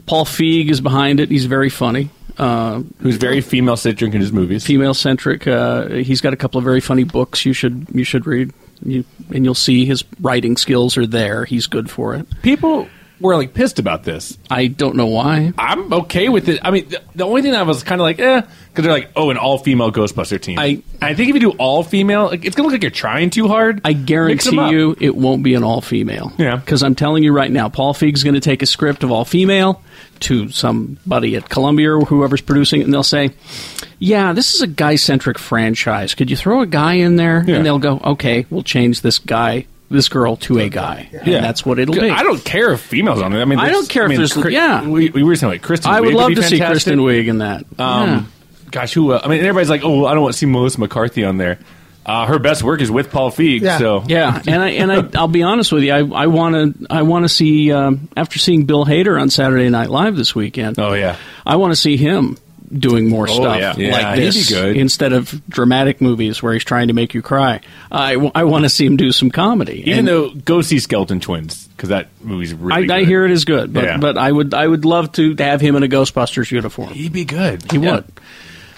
Paul Feig is behind it. He's very funny. Uh,
Who's very female centric in his movies?
female centric. Uh, he's got a couple of very funny books you should you should read. You, and you'll see his writing skills are there. He's good for it.
People were like pissed about this.
I don't know why.
I'm okay with it. I mean, the, the only thing that I was kind of like, eh, because they're like, oh, an all female Ghostbuster team. I I think if you do all female, like, it's gonna look like you're trying too hard.
I guarantee you it won't be an all female.
Yeah.
Because I'm telling you right now, Paul Feig's going to take a script of all female to somebody at Columbia or whoever's producing it, and they'll say, Yeah, this is a guy centric franchise. Could you throw a guy in there?
Yeah.
And they'll go, Okay, we'll change this guy, this girl to a guy. Yeah. And that's what it'll be.
I don't care if females on it. I mean,
I
there's-
don't care if
mean,
there's-
Chris-
yeah.
We, we were saying like Kristen.
I
Wiig
would love
be
to see
fantastic.
Kristen Wiig in that.
Um, gosh, who? Uh, I mean, everybody's like, oh, I don't want to see Melissa McCarthy on there. Uh, her best work is with Paul Feig.
yeah.
So
yeah, and I and I, I'll be honest with you. I want to I want to see um, after seeing Bill Hader on Saturday Night Live this weekend.
Oh yeah.
I want to see him doing more
Oh,
stuff
yeah. Yeah,
like
he'd be
this
good.
instead of dramatic movies where he's trying to make you cry. I, want to see him do some comedy.
Even
And
though go see Skeleton Twins because that movie's really.
I, I
good.
hear it is good, but
Yeah.
but I would I would love to have him in a Ghostbusters uniform.
he'd be good.
He would.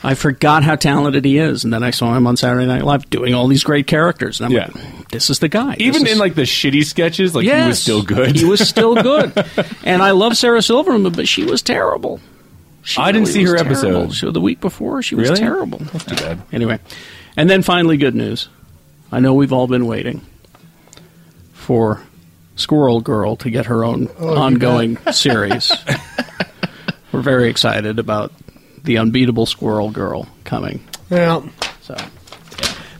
I forgot how talented he is, and then I saw him on Saturday Night Live doing all these great characters, and I'm
Yeah.
like, "This is the guy." This
Even in
is-
like the shitty sketches, like he was
Yes.
still good.
He was still good, and I love Sarah Silverman, but she was terrible. She
I didn't
really
see her
was terrible.
episode.
So the week before, she was
Really?
terrible.
That's too bad.
Anyway, and then finally, good news. I know we've all been waiting for Squirrel Girl to get her own ongoing series. We're very excited about the unbeatable Squirrel Girl coming.
Well,
So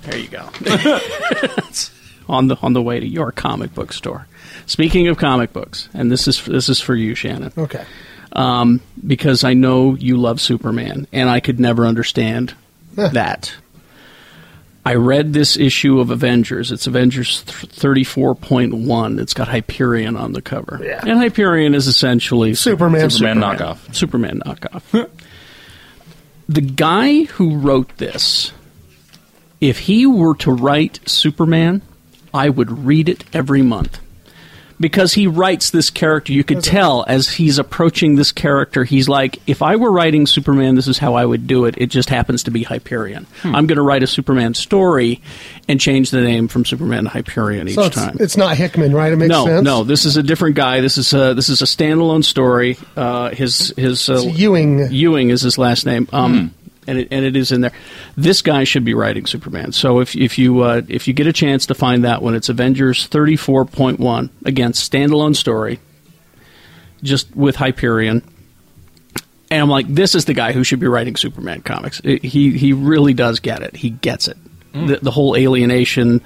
there you go. It's on the on the way to your comic book store. Speaking of comic books, and this is this is for you, Shannon.
okay.
um, because I know you love Superman, and I could never understand that. I read this issue of Avengers. It's Avengers th- 34.1. It's got Hyperion on the cover. Yeah. And Hyperion is essentially
Superman. Superman
knockoff. Superman knockoff. the guy who wrote this, if he were to write Superman, I would read it every month. Because he writes this character, you could tell as he's approaching this character, he's like, if I were writing Superman, this is how I would do it. It just happens to be Hyperion.
Hmm.
I'm going to write a Superman story and change the name from Superman to Hyperion each
So it's,
time.
it's not Hickman, right? It makes
no,
sense.
no, this is a different guy. This is a, this is a standalone story. Uh, his his uh,
It's Ewing.
Ewing is his last name. Um, and it, and it is in there. This guy should be writing Superman. So if if you uh, if you get a chance to find that one, it's Avengers thirty four point one again standalone story, just with Hyperion. And I'm like, this is the guy who should be writing Superman comics. It- he he really does get it. He gets it.
Mm.
The, the whole alienation.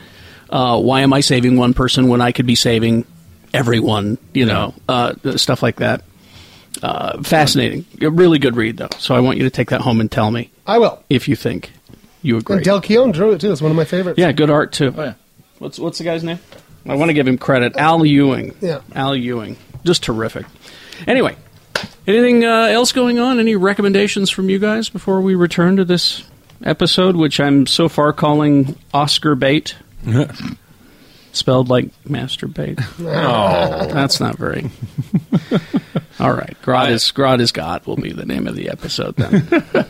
Uh, why am I saving one person when I could be saving everyone? You know, uh, stuff like that. Uh, fascinating. A really good read, though. So I want you to take that home and tell me.
I will.
If you think you agree.
And Del Keown drew it too. It's one of my favorites.
Oh, yeah, good art, too.
yeah.
What's what's the guy's name? I want to give him credit. Al Ewing.
Yeah.
Al Ewing. Just terrific. Anyway, anything uh, else going on? Any recommendations from you guys before we return to this episode, which I'm so far calling Oscar bait? Spelled like masturbate.
Oh.
That's not very. All right. Grod is, Grod is God will be the name of the episode then.
Uh,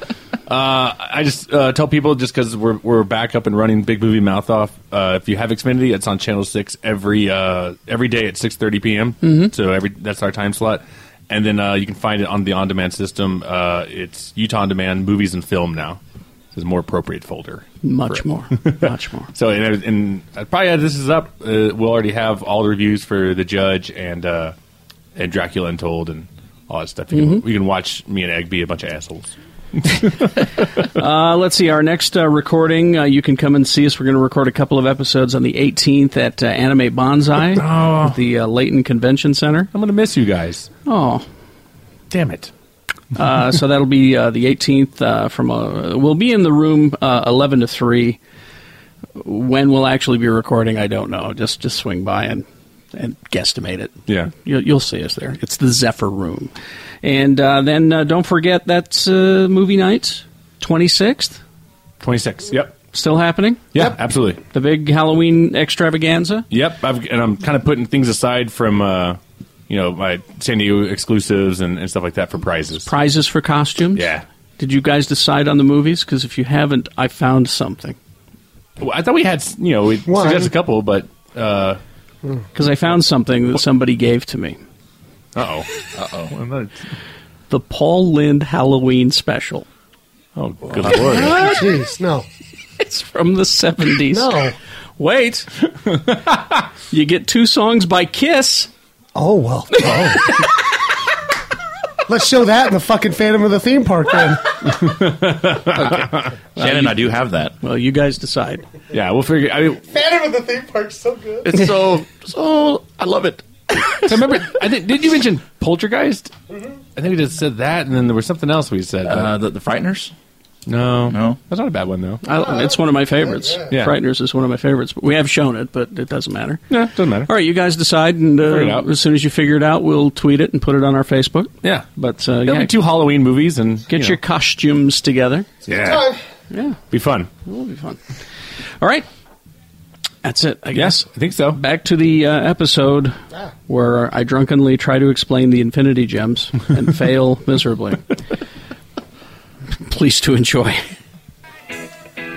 I just uh, tell people just because we're, we're back up and running Big Movie Mouth Off. Uh, if you have Xfinity, it's on Channel Six every uh, every day at six thirty p.m.
Mhm.
So every that's our time slot, and then uh, you can find it on the on demand system. Uh, it's Utah on demand movies and film now. This is a more appropriate folder.
Much more. Much more.
So and, and uh, probably as this is up, uh, we'll already have all the reviews for the Judge and uh, and Dracula Untold and all that stuff. You can,
Mhm.
we can watch me and Egg be a bunch of assholes.
uh, let's see. Our next uh, recording, uh, you can come and see us. We're going to record a couple of episodes on the 18th at uh, Anime Bonsai
Oh.
at the uh, Layton Convention Center.
I'm going to miss you guys.
Oh,
damn it!
uh, so that'll be uh, the 18th. Uh, from uh, we'll be in the room uh, 11 to 3. When we'll actually be recording, I don't know. Just just swing by and and guesstimate it.
Yeah.
You'll, you'll see us there. It's the Zephyr Room. And uh, then uh, don't forget that's uh, movie night, 26th.
26, yep.
Still happening?
Yeah, absolutely.
The big Halloween extravaganza?
Yep, I've, and I'm kind of putting things aside from uh, you know my San Diego exclusives and, and stuff like that for prizes.
Prizes for costumes? Yeah. Did you guys decide on the movies? Because if you haven't, I found something.
Well, I thought we had you know we
One.
suggested a couple, but uh
Because I found something that somebody gave to me.
oh, uh oh,
The Paul Lind Halloween special.
Oh, good
lord. Jeez, no.
It's from the 70s.
No.
Wait. you get two songs by Kiss.
Oh well. Let's show that in the fucking Phantom of the Theme Park then.
Shannon, I do have that.
Well, you guys decide.
Yeah, we'll figure. I mean,
Phantom of the Theme Park's so good.
it's so so. I love it. I remember. I think did you mention Poltergeist?
Mm-hmm.
I think we just said that, and then there was something else we said. Uh,
the, the Frighteners.
No, no, that's not a bad one though.
I, it's one of my favorites.
Yeah.
Frighteners is one of my favorites. But we have shown it, but it doesn't matter.
Yeah, doesn't matter.
All right, you guys decide, and
Figure it
uh,
out.
as soon as you figure it out, we'll tweet it and put it on our Facebook.
Yeah,
but uh,
There'll
yeah,
be two Halloween movies, and
get your costumes together.
yeah,
yeah,
be fun.
It will be fun. All right, that's it. I guess.
I think so.
Back to the uh, episode where I drunkenly try to explain the Infinity Gems and fail miserably. Please to enjoy.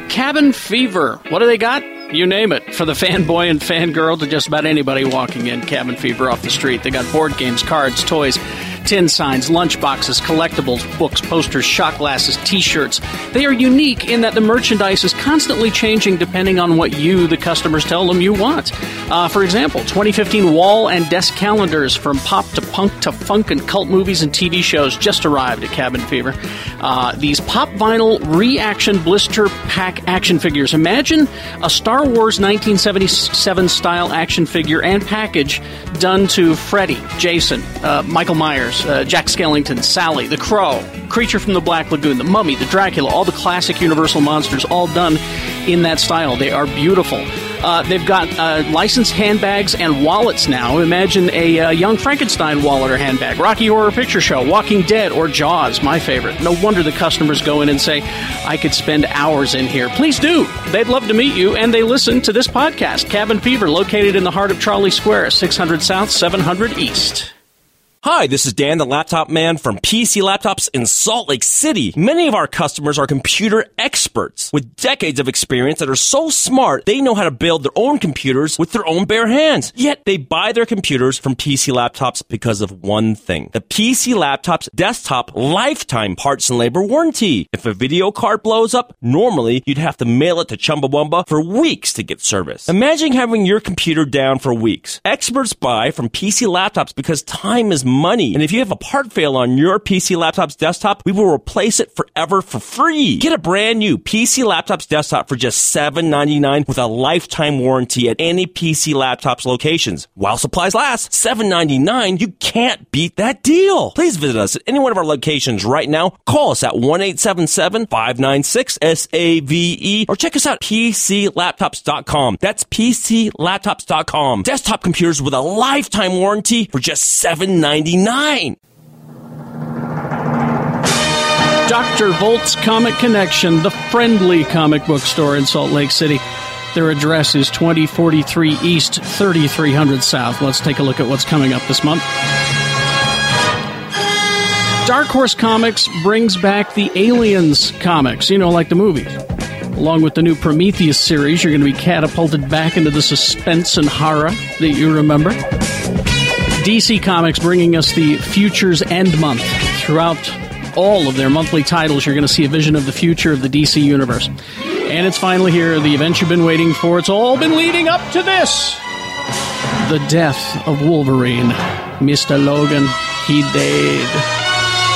Cabin Fever. What do they got? You name it. For the fanboy and fangirl to just about anybody walking in, Cabin Fever off the street. They got board games, cards, toys, tin signs, lunch boxes, collectibles, books, posters, shot glasses, t shirts. They are unique in that the merchandise is constantly changing depending on what you, the customers, tell them you want. Uh, for example, 2015 wall and desk calendars from pop to punk to funk and cult movies and TV shows just arrived at Cabin Fever. uh, these pop vinyl reaction blister pack action figures. Imagine a Star Wars 1977 style action figure and package done to Freddy, Jason, uh, Michael Myers, uh, Jack Skellington, Sally, the Crow, Creature from the Black Lagoon, the Mummy, the Dracula, all the classic Universal monsters, all done in that style. They are beautiful. Uh, they've got uh, licensed handbags and wallets now. Imagine a uh, young Frankenstein wallet or handbag, Rocky Horror Picture Show, Walking Dead, or Jaws, my favorite. No wonder the customers go in and say, I could spend hours in here. Please do. They'd love to meet you, and they listen to this podcast, Cabin Fever, located in the heart of Charlie Square, 600 South, 700 East.
Hi, this is Dan the Laptop Man from PC Laptops in Salt Lake City. Many of our customers are computer experts with decades of experience that are so smart they know how to build their own computers with their own bare hands. Yet they buy their computers from PC Laptops because of one thing. The PC Laptops desktop lifetime parts and labor warranty. If a video card blows up, normally you'd have to mail it to Chumbawamba for weeks to get service. Imagine having your computer down for weeks. Experts buy from PC Laptops because time is money. And if you have a part fail on your PC Laptops desktop, we will replace it forever for free. Get a brand new PC Laptops desktop for just $7.99 with a lifetime warranty at any PC Laptops locations. While supplies last, $7.99, you can't beat that deal. Please visit us at any one of our locations right now. Call us at 1-877-596-SAVE E or check us out at PCLaptops.com. That's PCLaptops.com. Desktop computers with a lifetime warranty for just $7.99.
Dr. Volt's Comic Connection, the friendly comic book store in Salt Lake City. Their address is 2043 East, 3300 South. Let's take a look at what's coming up this month. Dark Horse Comics brings back the Aliens comics, you know, like the movies. Along with the new Prometheus series, you're going to be catapulted back into the suspense and horror that you remember. DC Comics bringing us the Futures End Month. Throughout all of their monthly titles, you're going to see a vision of the future of the DC Universe. And it's finally here, the event you've been waiting for. It's all been leading up to this the death of Wolverine. Mr. Logan, he died.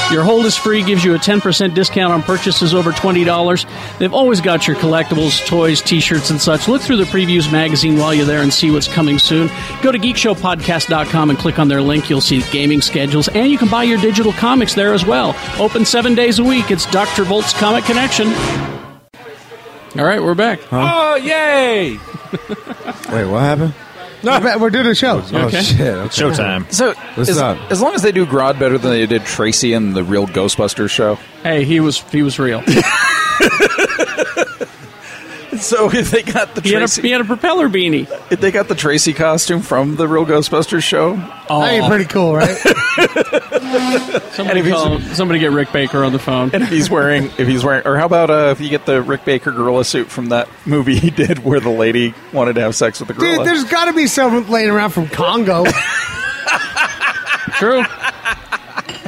Your hold is free, gives you a 10% discount on purchases over $20. They've always got your collectibles, toys, t shirts, and such. Look through the previews magazine while you're there and see what's coming soon. Go to geekshowpodcast.com and click on their link. You'll see gaming schedules, and you can buy your digital comics there as well. Open seven days a week. It's Dr. Volt's Comic Connection. All right, we're back.
Oh, yay!
Wait, what happened?
No, we're doing a show.
Oh, shit. okay.
So,
What's
as,
up?
as long as they do Grodd better than they did Tracy in the real Ghostbusters show.
Hey, he was he was real.
so they got the
He had a-
Tracy.
he had a propeller beanie.
They got the Tracy costume from the real Ghostbusters show.
Oh. That ain't pretty
cool, right?
Somebody, call, somebody get Rick Baker on the phone.
And if he's wearing, if he's wearing, or how about uh, if you get the Rick Baker gorilla suit from that movie he did where the lady wanted to have sex with the gorilla?
Dude, there's got to be some laying around from Congo.
True.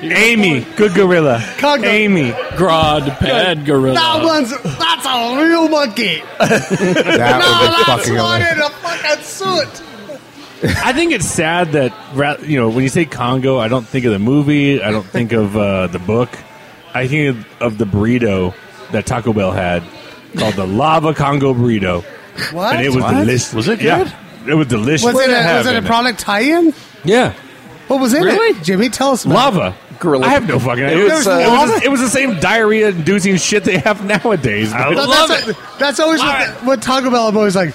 Amy, good gorilla.
Congo.
Amy,
Grodd, bad gorilla.
That one's that's a real monkey.
would be
no, that's
fucking
one
hilarious.
in a fucking suit.
I think it's sad that ra- you know when you say Congo, I don't think of the movie. I don't think of uh, the book. I think of, of the burrito that Taco Bell had called the Lava Congo Burrito.
What?
And it was
What?
delicious.
Was it
Yeah,
good?
it was delicious.
Was it,
What did
a,
have
was it a
in
product tie-in?
Yeah.
What was in
Really?
it? Jimmy, tell us. About
Lava.
Gorilla.
I have no fucking idea.
It
It was,
was, uh,
it was- it was the same diarrhea-inducing shit they have nowadays.
it. No, that's, it. that's always what, the, what Taco Bell I'm always like.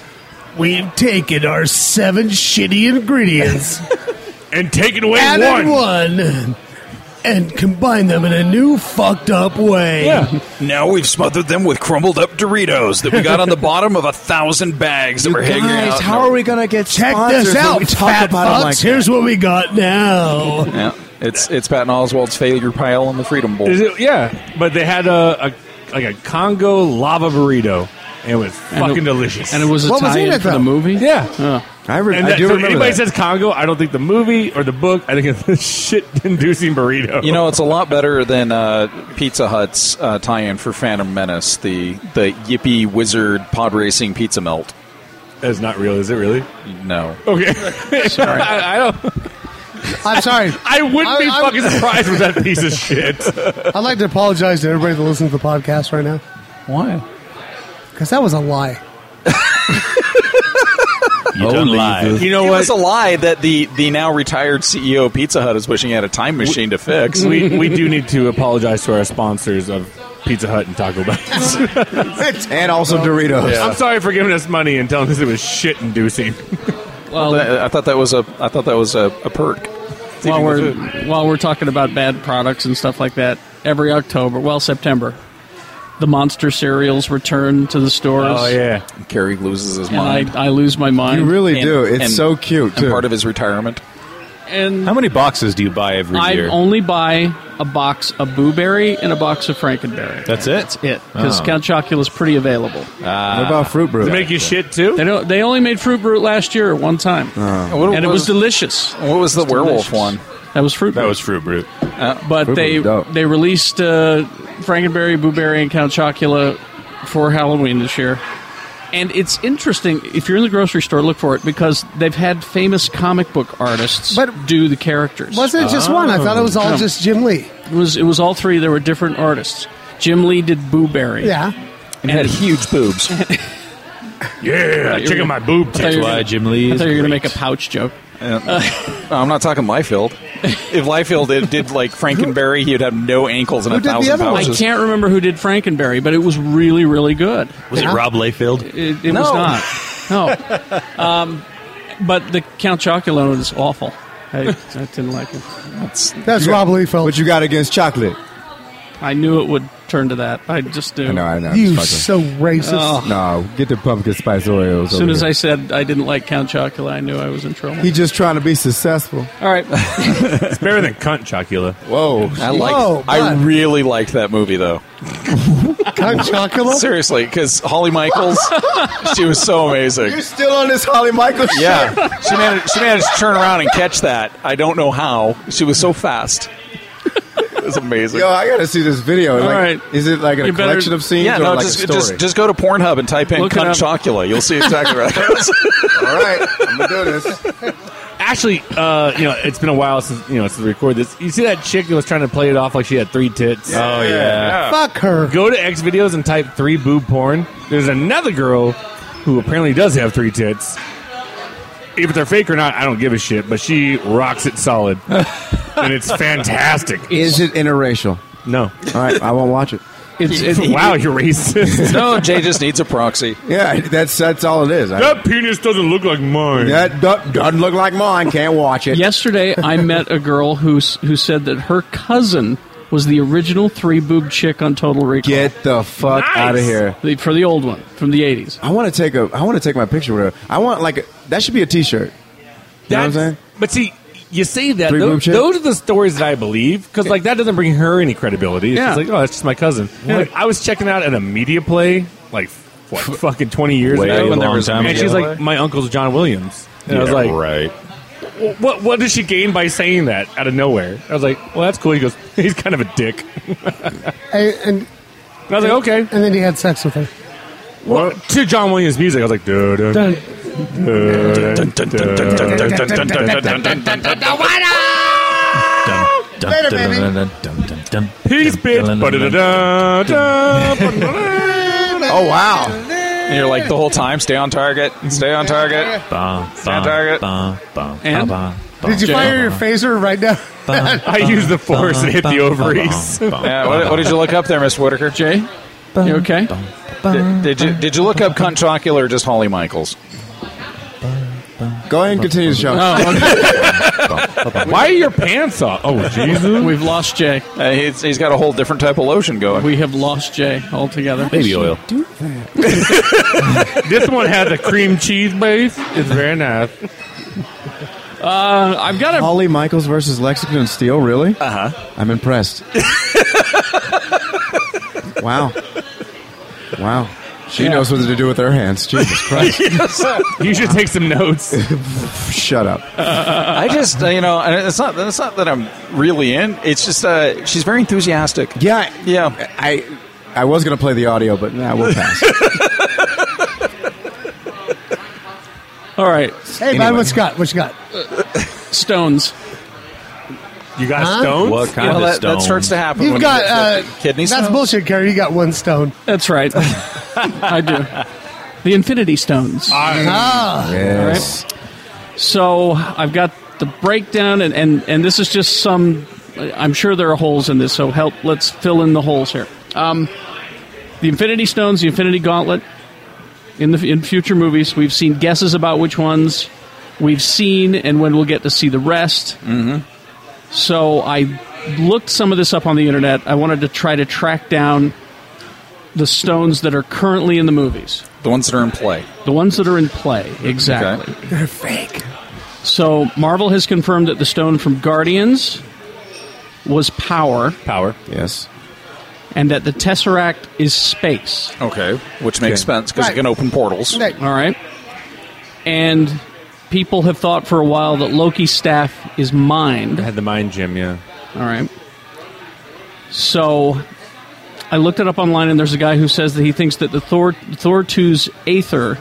We've taken our seven shitty ingredients,
and taken away
added
one.
one. and combined them in a new fucked up way.
Yeah.
Now we've smothered them with crumbled up Doritos that we got on the bottom of a thousand bags that were hanging out.
are we gonna get
Check this out, fat fucks. Here's what we got now.
yeah, it's it's Patton Oswald's failure pile on the Freedom Bowl.
Is it- yeah, but they had a, a like a Congo lava burrito. and It was fucking delicious,
and it was a What was tie-in in it, for the though? movie?
Yeah,
I, re-
And
I
that-
do
so
remember
anybody
that.
says Congo, I don't think the movie or the book. I think it's the shit-inducing burrito.
You know, it's a lot better than uh, Pizza Hut's uh, tie-in for Phantom Menace, the the yippee wizard pod racing pizza melt.
That's not real, is it? Really?
No.
Okay.
Sorry.
I, I don't.
I'm sorry.
I wouldn't be
I- I-
fucking surprised with that piece of shit.
I'd like to apologize to everybody that listens to the podcast right now.
Why?
Because that was a lie.
You
don't lie.
You know it was a lie that the, the now retired CEO of Pizza Hut is wishing he had a time machine to fix.
we, we do need to apologize to our sponsors of Pizza Hut and Taco Bell.
and also Doritos.
I'm sorry for giving us money and telling us it was shit inducing.
Well, I thought that was a I thought that was a, a perk.
while
Eating the
we're
food.
while we're talking about bad products and stuff like that, every October, well September, the monster cereals return to the stores.
Oh, yeah. Carrie loses his
And
mind.
I, I lose my mind.
And- and- And part of his retirement.
And
how many boxes do you buy every
I
year?
only buy a box of Booberry and a box of Frankenberry.
That's it. That's
it. Because Count Chocula's pretty available.
What about Fruit Brute? Does it make you
shit too?
They, don't, they only made Fruit Brute last year at one time.
What
and it was
was-
delicious.
What was the
It's
werewolf
delicious.
one? Uh,
That was Fruit
That was Fruit Brute.
but
Fruit
they
Loop's dope.
they released uh, Frankenberry, Booberry, and Count Chocula for Halloween this year. And it's interesting if you're in the grocery store, look for it because they've had famous comic book artists do the characters.
Wasn't it just one? I thought it was all
Oh.
No.
just Jim Lee.
It was it was all three. There were different artists. Jim Lee did Booberry.
Yeah.
and had
huge boobs. Oh,
yeah,
check out my boob That's tits. why Jim Lee I thought you were gonna make a pouch joke.
I'm not talking Liefeld. if Liefeld did, did like Frankenberry, he'd have no ankles and a thousand
I
pouches.
can't remember who did Frankenberry, but it was really really good.
Was it
Rob Layfield?
It, it
No.
was not. No. um, but the Count Chocula one is awful. I, I didn't like it.
That's,
That's Rob Liefeld.
What you got against chocolate?
I knew it would turn to that. I just knew.
I know, I know.
You
Just
so
fucking-
racist.
Oh.
Ugh.
No, get the pumpkin spice Oreos.
As soon as I said I didn't like Count Chocula, I knew I was in trouble.
he just trying to be successful.
All right.
it's better than Cunt Chocula.
Whoa. I like.
Whoa,
Oh,
I
bud.
really liked that movie though.
Count Chocula?
Seriously, because Holly Michaels, she was so amazing.
still on this Holly Michael shit?
Yeah, she managed, she managed to turn around and catch that. I don't know how. She was so fast. It was amazing.
Yo, I gotta see this video.
All
like,
right.
Is it like a
You better-
collection of scenes
Yeah,
or
no,
like
just,
a story?
just just go to Pornhub and type in
Look it
"cunt
up.
Chocula." You'll see exactly right.
All right, I'm gonna do this.
Actually, uh, you know, it's been a while since you know since we recorded this. You see that chick that was trying to play it off like she had three tits?
Oh, yeah. Yeah.
Fuck her.
Go to X videos and type three boob porn. There's another girl who apparently does have three tits. If they're fake or not, I don't give a shit. But she rocks it solid, and it's fantastic.
Is it interracial?
No.
All right, I won't watch it.
It's,
wow, you're racist.
no, Jay just needs a proxy.
Yeah, that's that's all it is. I-
That penis doesn't look like mine.
that do- doesn't look like mine. Can't watch it.
Yesterday, I met a girl who s- who said that her cousin was the original three boob chick on Total Recall.
Get the fuck outta here.
The, for the old one from the '80s.
I want to take a. I want to take my picture with her. I want like a, that should be a T-shirt. You know what I'm
That's-
saying?
But see, you say that.
Three
tho-
boob
Those,
chick?
are the stories that I believe because like that doesn't bring her any credibility. It's
Yeah.
just like, oh, that's just my cousin.
Yeah.
Like, I was checking out at a media play like what, fucking twenty years
Way
ago,
long time
and
ago.
she's like, my uncle's John Williams, and I was
Yeah,
like,
right.
"Wh- What what does she gain by saying that out of nowhere? I was like, well, that's cool. He goes, he's kind of a dick.
And, and
I was like, okay.
And then he had sex with her.
Well, to John Williams music, I was like, duh, duh, duh, duh, duh, duh, duh, duh, duh.
Later, baby.
Peace, bitch. Ba-da-da-da,
Oh wow!
And you're like the whole time, stay on target, stay on target, stay on target.
And?
Did you fire
Uh-huh.
your phaser right now?
I used the force and hit the ovaries.
Yeah, what, what did you look up there, Miss Whitaker?
Jay, you okay?
Did, did you did you look up cunt Chocula or just Holly Michaels?
Go ahead and continue the show.
Why are your pants off? Oh, Jesus.
We've lost Jay.
Uh, he's, he's got a whole different type of lotion going.
We have lost Jay altogether.
Baby oil.
this one has a cream cheese base. It's very nice.
Uh, I've got a
Holly Michaels versus Lexington Steel. Really? Uh huh. I'm impressed. wow. Wow. She knows what to do with her hands. Jesus Christ.
You should take some notes.
Shut up.
I just uh, you know, and it's not it's not that I'm really in. It's just uh, she's very enthusiastic.
Yeah,
yeah.
I I was gonna play the audio, but nah, we'll pass.
All right.
Hey, bud, what you got? What you got?
Stones.
You got
Huh?
stones?
What kind
Well,
of
that, that
stones?
starts to happen.
You've
when
got
you
uh,
get to kidney
That's
stones.
bullshit, Gary. You got one stone.
That's right. I do. The Infinity Stones.
Ah.
Yes. So I've got the breakdown, and, and, and this is just some. I'm sure there are holes in this, so help. Let's fill in the holes here. Um, the Infinity Stones, the Infinity Gauntlet. In the in future movies, we've seen guesses about which ones we've seen, and when we'll get to see the rest.
Mm-hmm.
So I looked some of this up on the internet. I wanted to try to track down the stones that are currently in the movies,
the ones that are in play.
the ones that are in play. Exactly.
They're fake.
So Marvel has confirmed that the stone from Guardians was power.
Power,
yes. And that the Tesseract is space.
Okay, which makes
Okay.
sense because
Right.
it can open portals.
All right. And people have thought for a while that Loki's staff is mind. I
had the mind gem, yeah.
All right. So I looked it up online, and there's a guy who says that he thinks that the Thor Thor 2's Aether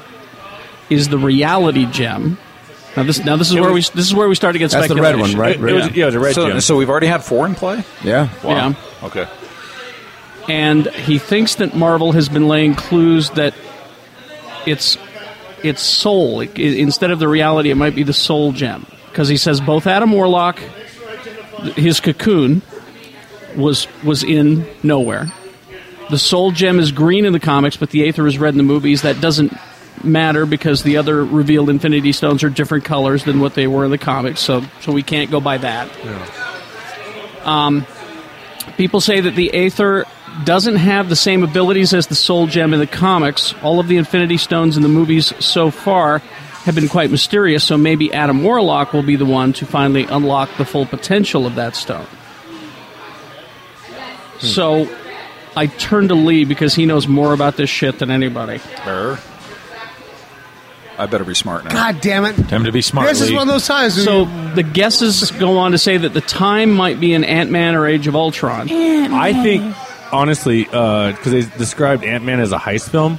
is the reality gem. Now this now this is
It
where
was-
we this is where we start to get speculation.
so, So we've already had four in play.
Yeah.
Wow. Okay.
and he thinks that Marvel has been laying clues that it's its soul i- instead of the reality. It might be the soul gem because he says both Adam Warlock, th- his cocoon, was was in nowhere. The soul gem is green in the comics, but the aether is red in the movies. That doesn't matter because the other revealed Infinity Stones are different colors than what they were in the comics. So so we can't go by that. Um, people say that the Aether doesn't have the same abilities as the Soul Gem in the comics. All of the Infinity Stones in the movies so far have been quite mysterious, so maybe Adam Warlock will be the one to finally unlock the full potential of that stone. So I turned to Lee because he knows more about this shit than anybody.
Err. I better be smart now.
God damn it.
Time to be smart, This is Lee. one of those times when
So the guesses go on to say that the time might be in Ant Man or Age of Ultron.
I think, honestly, because they described Ant Man as a heist film,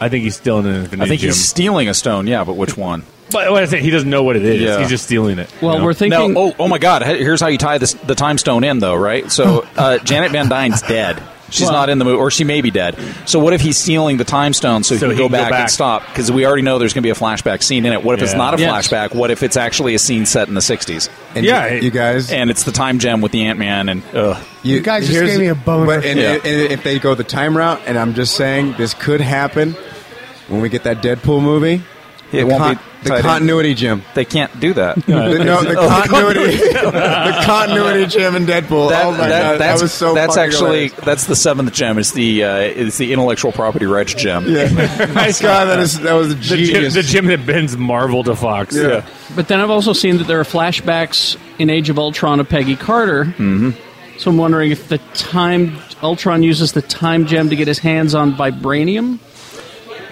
I think he's still in an Infinity
I think
Gem.
he's stealing a stone. Yeah, but which one?
But what I say, he doesn't know what it is.
Yeah.
He's just stealing it. you know?
Now, oh, oh my God! he- Here's how you tie this, the time stone in, though, right? So uh, Janet Van Dyne's dead. She's
Well-
not in the movie, or she may be dead. So what if he's stealing the time stone so he
So
can
he
go
can go
back,
back.
and stop? Because we already know there's going to be a flashback scene in it. What if it's
Yeah.
not a
Yes.
flashback? What if it's actually a scene set in the '60s?
And Yeah, you- it- you
guys, and it's the time gem with the Ant Man, and ugh.
You guys just
here's-
gave me a boner.
But, and,
Yeah.
and if they go the time route, and I'm just saying this could happen when we get that Deadpool movie.
It
the
won't
con-
be tied
the
in.
continuity gym.
They can't do that.
The- no, the
Oh,
continuity, the continuity gym in Deadpool.
That,
oh my
that-
god,
that's,
that was so.
That's
fucking
actually
hilarious.
that's the seventh gem. It's the uh, it's the intellectual property rights gem.
Yeah. God, that is that was genius.
The gym, the gym that bends Marvel to Fox.
Yeah.
But then I've also seen that there are flashbacks in Age of Ultron of Peggy Carter. Mm-hmm. So I'm wondering if the time Ultron uses the time gem to get his hands on vibranium.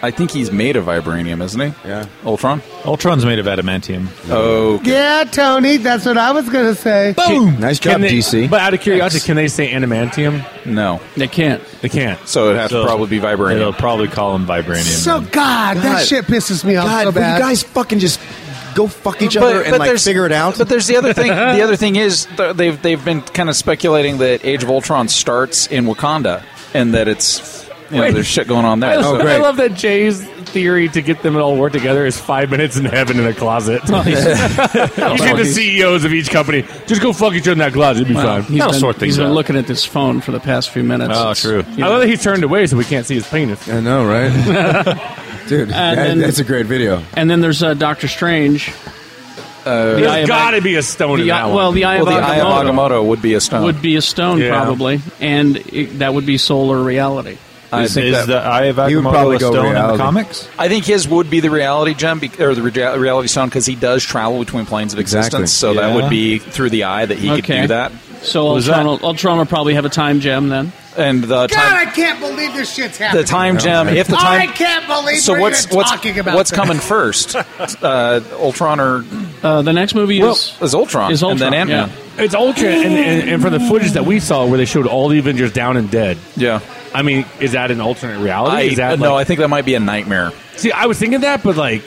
I think he's made of vibranium, isn't he? Yeah. Ultron.
Ultron's made of adamantium.
Oh.
Yeah, Tony, that's what I was going to say. "Oh,
Nice
Can
job,
they-
DC.
But out of curiosity, can they say animantium?
No,
they can't.
They can't.
So it has
So-
to probably be vibranium.
It'll
probably call him vibranium.
So, God, that
God.
shit pisses me off
God,
so
will
bad.
you guys fucking just go fuck each other and like
there's-
figure it out.
But there's the other thing. the other thing is th- they've they've been kind of speculating that Age of Ultron starts in Wakanda and that it's you know
Wait.
there's shit going on
I,
there.
love,
so-
Oh,
I love that Jay's theory to get them all work together is five minutes in heaven in a closet. you see the CEOs of each company just go fuck each other in that closet. It'd be
Well,
fine.
Uh, he's been, he's been looking at this phone for the past few minutes.
Oh,
It's- you
I
know.
love that he turned away so we can't see his penis.
I know, right? Dude, that-
then-
that's a great video.
And then there's uh, Doctor Strange. Uh,
There's gotta be a stone in that one.
Well, the Eye
Well,
of
the Eye of
Agamotto
Agamotto would be a stone.
Would be a stone
Yeah.
probably, and it, that would be solar reality.
Is, is the Eye of
he would
Agamotto
probably
a
go
stone in the
reality.
comics?
I think his would be the reality gem bec- or the rea- reality stone because he does travel between planes of existence.
Exactly.
So that
Yeah.
would be through the eye that he could
Okay.
do that.
So Ultron, will, Ultron will probably have a time gem then.
And the
God, I can't believe this shit's happening.
The time gem. If the time,
I can't believe
so
we're
what's
even
what's
talking about
what's
this.
coming first? Uh, Ultron or
uh, the next movie
well,
is-
is Ultron. and then Ant Man.
It's Ultra, and, and, and from the footage that we saw where they showed all the Avengers down and dead.
Yeah.
I mean, is that an alternate reality?
I, uh,
is that
no,
like-
I think that might be a nightmare.
See, I was thinking that, but like,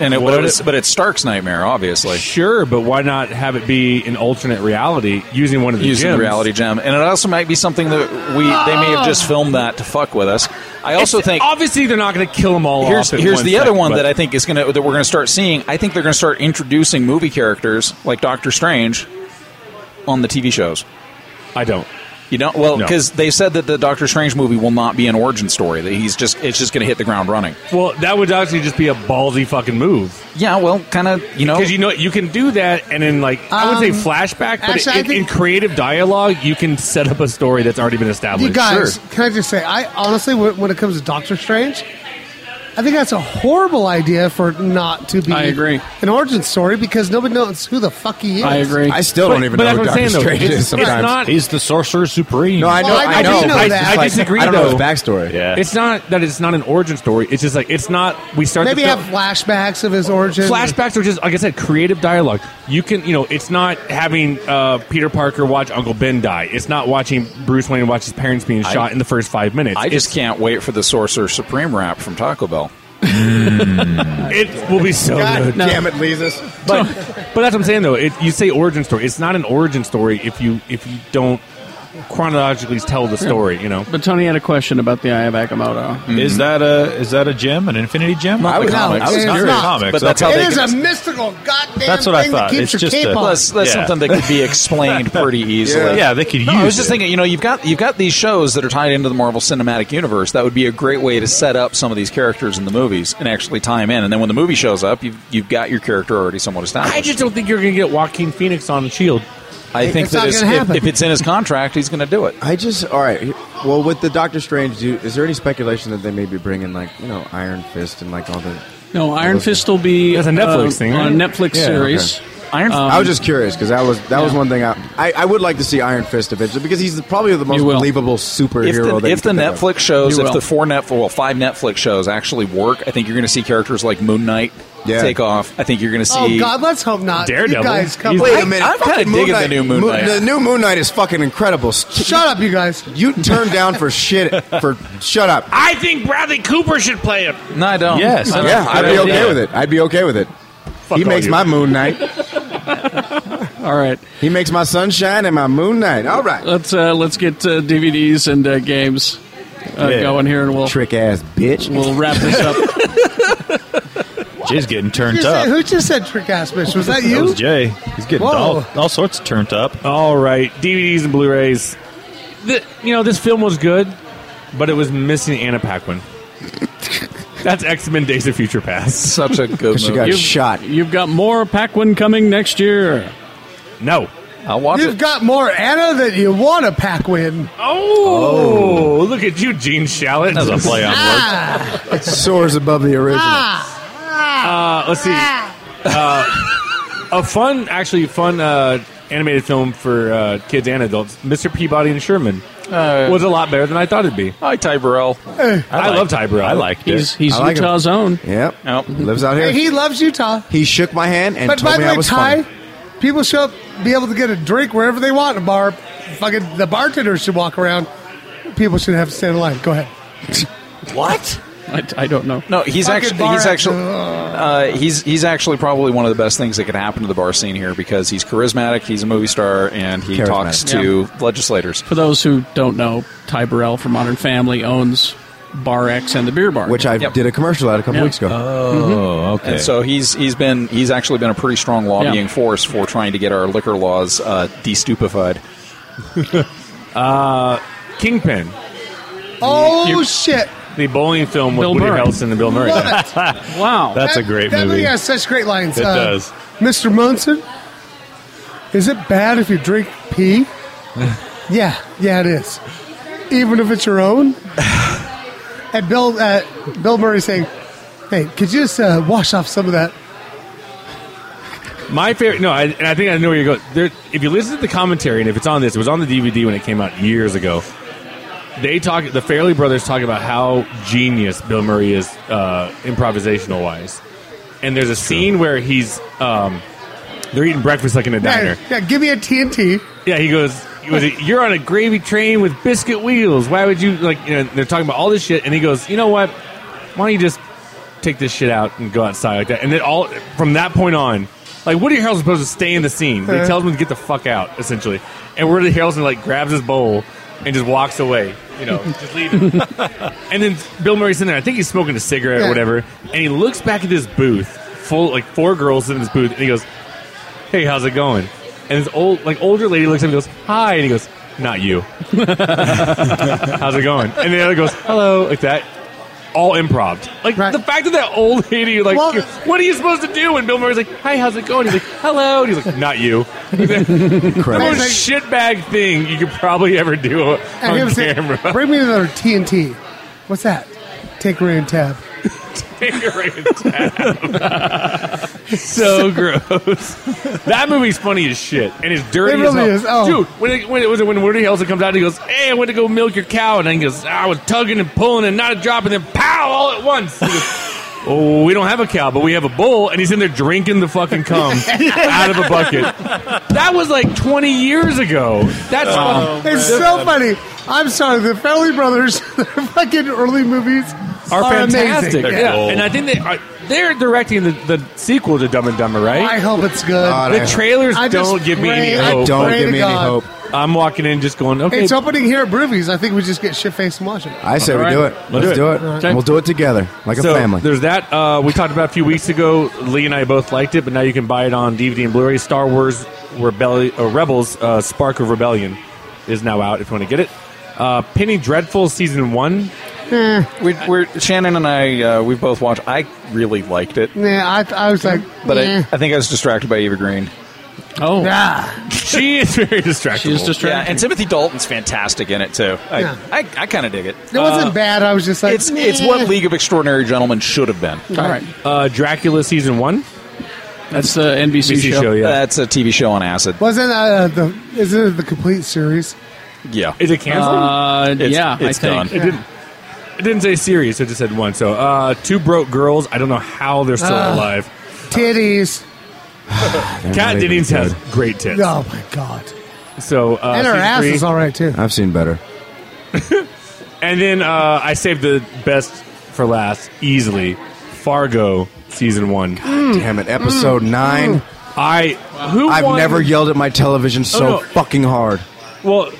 And it, but, it was, but it's Stark's nightmare, obviously.
Sure, but why not have it be an alternate reality using one of the
using
gems?
the reality gem, and it also might be something that we they may have just filmed that to fuck with us. I also
It's-
think
obviously they're not going to kill them all.
here's
off in
here's
one
the other
second,
one
but-
that I think is gonna that we're gonna start seeing. I think they're gonna start introducing movie characters like Doctor Strange on the TV shows.
I don't.
You don't well
No.
because they said that the Doctor Strange movie will not be an origin story. That he's just it's just gonna hit the ground running.
Well, that would actually just be a ballsy fucking move.
Yeah, well, kind of, you know,
because you know you can do that, and in like I would say
Um,
flashback, but
actually, I
in,
think-
in creative dialogue, you can set up a story that's already been established.
You guys,
Sure.
can I just say, I honestly, when, when it comes to Doctor Strange, I think that's a horrible idea for it not to be.
I agree.
An origin story because nobody knows who the fuck he is.
I still don't even know who Doctor Strange is sometimes.
He's the Sorcerer Supreme.
no, I know.
Well, I-
I,
I
know.
do know
but it's
that.
just
I
like,
disagree,
I don't know
though.
his backstory. Yeah.
It's not that it's not an origin story. It's just like it's not. We start
Maybe
the
have
film-
flashbacks of his origin.
flashbacks are just like I said, creative dialogue. You can you know it's not having uh, Peter Parker watch Uncle Ben die. It's not watching Bruce Wayne watch his parents being
I-
shot in the first five minutes.
I just can't wait for the Sorcerer Supreme rap from Taco Bell.
it will be so
God
good. No.
damn it, Leezus.
but but that's what I'm saying though. It, you say origin story. It's not an origin story if you if you don't chronologically tell the story. You know.
But Tony had a question about the Eye of Agamotto.
Mm-hmm.
Is that a is that a gem? An infinity gem?
Not
I
the
was,
comics.
I was
It's
curious.
not.
Comics,
But that's
okay.
how
It is a mystical goddamn
That's what I
thing
thought.
that
It's
keeps your
just
cape
a-
on.
That's, that's
Yeah.
something that could be explained pretty easily.
Yeah. Yeah, they could
No, I
use
was just
it.
thinking, you know, you've got you've got these shows that are tied into the Marvel Cinematic Universe. That would be a great way to set up some of these characters in the movies and actually tie them in. And then when the movie shows up, you've you've got your character already somewhat established.
I just don't think you're going to get Joaquin Phoenix on Shield.
I think that is- if, if it's in his contract, he's going to do it.
I just all right. Well, with the Doctor Strange, do, is there any speculation that they may be bringing like you know Iron Fist and like all the?
No, Iron Fist will be
That's a Netflix thing, right?
on a Netflix
Yeah,
series.
okay.
Um,
I was just curious because that was that was one thing I, I I would like to see Iron Fist eventually because he's the, probably the most
You will.
believable superhero.
If the,
that you
if the
can think of.
Netflix shows, if the four Netflix, well, five Netflix shows actually work, I think you're going to see characters like Moon Knight
Yeah.
take off. I think you're going to see.
Oh God, let's hope not. You guys, come
Wait a minute.
I'm kinda
Fucking
digging the new Moon Knight.
The new Moon Knight is fucking incredible. Shut
up, you guys.
You turned down for shit. For shut up.
I think Bradley Cooper should play him.
No, I don't.
Yes. yeah, I'd be okay with it. I'd be okay with it. he
all
makes
you.
my Moon Knight.
All right.
He makes my sunshine and my Moon Knight. All right.
Let's uh, let's get uh, DVDs and uh, games uh,
Yeah.
going here, and we'll
trick ass bitch.
We'll wrap this up.
Jay's getting turned
Just
up.
said- who just said trick ass bitch? Was that you?
was Jay. He's getting
Whoa.
all, all sorts turned up.
All right, DVDs and Blu-rays. The, you know, this film was good, but it was missing Anna Paquin. That's X Men: Days of Future Past.
Such a good
'Cause she movie. got shot.
You've got more Paquin coming next year.
No,
I'll watch
You've got more Anna that you want to pack win.
Oh, look at you, Gene Shalit.
That's a play on words.
It soars above the original.
Ah.
Uh, let's see. Uh, a fun, actually fun uh, animated film for uh, kids and adults. Mr. Peabody and Sherman was a lot better than I thought it'd be.
Hi, Ty Burrell.
I, love Ty Burrell.
I liked it.
He's he's
I like him.
Utah's own.
Yep. Lives out
Hey,
here.
he loves Utah.
He shook my hand and
But
told
by
me
the
I
way,
was
Ty,
funny.
people should be able to get a drink wherever they want in a bar. Fucking the bartender should walk around. People should have to stand in line. Go ahead.
What?
I, I don't know.
No, he's
Fucking
actually
bar
he's
act-
actually uh, he's he's actually probably one of the best things that could happen to the bar scene here because he's charismatic, he's a movie star, and he talks
Charismatic.
to legislators.
For those who don't know, Ty Burrell from Modern Family owns Bar X and the Beer Bar,
which I
Yep.
did a commercial out a couple
Yeah.
weeks ago.
Oh,
okay.
And so he's he's been he's actually been a pretty strong lobbying force for trying to get our liquor laws uh, destupified.
Uh, Kingpin,
Oh
You-
shit!
the bowling film with
Bill
Woody
Murray.
Harrelson and Bill Murray.
Love it.
wow,
That's a great
that
movie.
has such great lines.
It
Uh,
does.
Mr. Munson, is it bad if you drink pee? yeah, yeah, it is. Even if it's your own. and Bill, uh, Bill Murray saying, "Hey, could you just uh, wash off some of that?"
My favorite, no, I, and I think I know where you go. There, if you listen to the commentary, and if it's on this, it was on the DVD when it came out years ago. They talk, the Fairley brothers talk about how genius Bill Murray is, uh, improvisational wise. And there's a scene where he's, um, they're eating breakfast like in a
Yeah,
diner.
yeah, give me a TNT.
Yeah, he goes, he goes, "You're on a gravy train with biscuit wheels. Why would you like?" You know, they're talking about all this shit, and he goes, "You know what? Why don't you just take this shit out and go outside like that. And then all from that point on, like Woody Harrelson supposed to stay in the scene. They
Uh-huh.
tells him to get the fuck out, essentially. And Woody Harrelson like grabs his bowl and just walks away. You know, just leave him. and then Bill Murray's in there. I think he's smoking a cigarette
Yeah.
or whatever. And he looks back at this booth, full like four girls in this booth, and he goes, "Hey, how's it going?" And this old like older lady looks at him and goes, "Hi," and he goes, "Not you." how's it going? And the other goes, "Hello," like that. All improv. Like the fact that that old lady, like, what are you supposed to do? And Bill Murray's like, "Hi, how's it going?" He's like, "Hello," and he's like, "Not you." the most shitbag thing you could probably ever do on
And he was saying,
camera.
Bring me another TNT. What's that? Take rain tab.
so gross. That movie's funny as shit, and it's dirty.
It really
as
is. Oh.
hell. dude! When it, when it was it when Woody Harrelson comes out, he goes, "Hey, I went to go milk your cow," and then he goes, "I was tugging and pulling and not a drop," and then pow, all at once. He goes, Oh, we don't have a cow, but we have a bull, and he's in there drinking the fucking cum out of a bucket. That was like 20 years ago. That's
Oh,
fucking-
it's so funny. I'm sorry, the Farrelly brothers, their fucking early movies
are fantastic.
Amazing.
Yeah. And I think they are, they're directing the, the sequel to Dumb and Dumber, right?
I hope it's good. God, I
the
hope-
trailers
I just
Uh, don't give me any
pray- I
hope.
Don't pray give to me any God. hope.
I'm walking in just going, okay.
It's opening here at Broovies. I think we just get shit faced and watch it.
I say we do it. Let's, do it.
Okay.
We'll do it together, like
So,
a family.
There's that. Uh, we talked about a few weeks ago. Lee and I both liked it, but now you can buy it on DVD and Blu-ray. Star Wars Rebelli- uh, Rebels: uh, Spark of Rebellion is now out. If you want to get it, uh, Penny Dreadful season one.
We, we're Shannon and I. Uh, we both watched. I really liked it,
Yeah, I, I was like,
but I,
eh.
I think I was distracted by Eva Green.
Oh,
Ah.
she is very distracted.
She is distracting.
Yeah, and Timothy Dalton's fantastic in it too. I
Yeah.
I, I kind of dig it. Uh,
It wasn't
Uh,
bad. I was just like,
It's it's what League of Extraordinary Gentlemen should have been.
All right.
Uh, Dracula season one.
That's the NBC, show.
That's a TV show on acid.
Wasn't uh, the isn't it the complete series?
Yeah.
Is it canceled?
Uh,
It's-
yeah,
it's
I think.
done. It didn't- It didn't say series. It just said one. So uh, two broke girls. I don't know how they're still
Ah.
alive.
Titties.
Kat Dennings has great tits.
Oh my god.
So uh,
and her
season
ass
three.
is all right too.
I've seen better.
And then uh, I saved the best for last easily. Fargo season one.
Hmm.
Damn it, episode nine.
I who
I've
won-
never yelled at my television so
no.
fucking hard.
Well,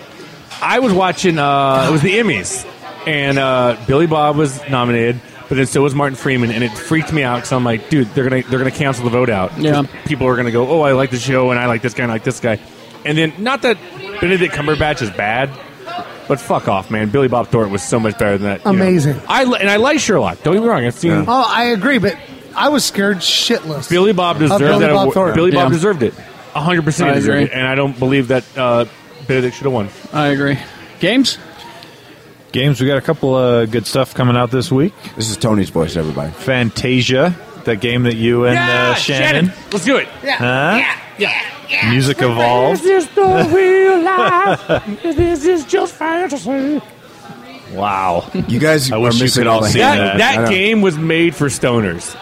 I was watching. Uh, it was the Emmys, and uh, Billy Bob was nominated, but then so was Martin Freeman, and it freaked me out because I'm like, dude, they're gonna they're gonna cancel the vote out. 'Cause
Yeah.
people are gonna go, oh, I like the show, and I like this guy, and I like this guy, and then not that Benedict Cumberbatch is bad. But fuck off, man! Billy Bob Thornton was so much better than that. you know.
Amazing.
I li- and I like Sherlock. Don't get me wrong. I've seen
Oh, I agree, but I was scared shitless.
Billy Bob
Of
deserved
Billy
that.
Bob
award.
Thornton.
Billy
Yeah.
Bob deserved it. 100
I
percent
agree.
And I don't believe that uh, Benedict should have won.
I agree. Games?
Games, we got a couple of good stuff coming out this week.
This is Tony's voice, everybody.
Fantasia, that game that you and uh, Shannon.
let's do it.
Huh?
yeah,
Music evolved.
This is the real life. this is just fantasy.
Wow.
You guys
I wish
are
you
missing
could all
all the-
see
Yeah,
that.
that-
That game was made for stoners.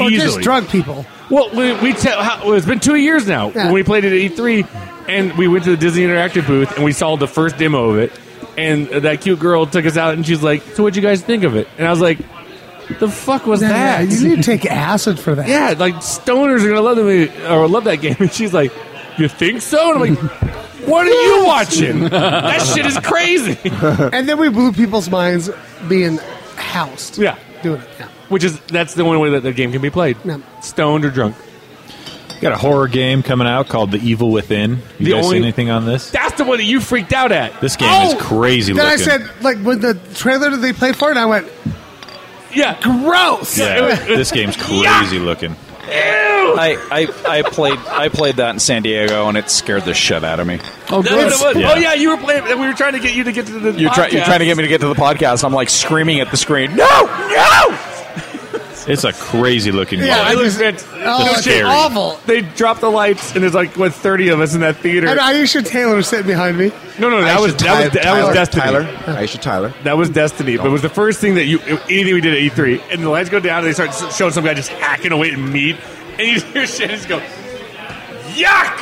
Or
Easily.
Oh, just drug people.
Well, we, we te- how, well, it's been two years now.
Yeah.
When we played it at E3, and we went to the Disney Interactive booth, and we saw the first demo of it. And that cute girl took us out, and she's like, "So, what'd you guys think of it?" And I was like, "The fuck was
Yeah,
that?"
You need to take acid for that.
yeah, like stoners are gonna love the movie or love that game. And she's like, "You think so?" And I'm like, "What are you watching? That shit is crazy."
and then we blew people's minds being housed.
Yeah,
doing it. Yeah.
Which is that's the only way that the game can be played. Stoned or drunk.
Got a horror game coming out called The Evil Within. You
The
guys
only-
see anything on this?
That's the one that you freaked out at.
This game
Oh!
is crazy
Then
looking.
I said, like, when the trailer that they played for it, I went,
yeah,
gross.
yeah, this game's crazy looking.
I, I, I played I played that in San Diego and it scared the shit out of me.
Oh,
That's what it was.
Yeah.
Oh yeah, you were playing. We were trying to get you to get to the.
You're, try, you're
podcast.
trying to get me to get to the podcast. I'm like screaming at the screen. No, no!
It's a crazy looking
Yeah, I
game.
looked at.
Oh, it's Scary.
awful.
They dropped the lights, and there's like what thirty of us in that theater.
and Aisha Taylor was sitting behind me.
no, no, that
Aisha
was that
Tyler-
was that was
Tyler-
Destiny.
Tyler.
Aisha Tyler.
That was Destiny, but it was the first thing that you anything we did at E3, and the lights go down, and they start s- showing some guy just hacking away at meat, and you hear shit and just go, yuck!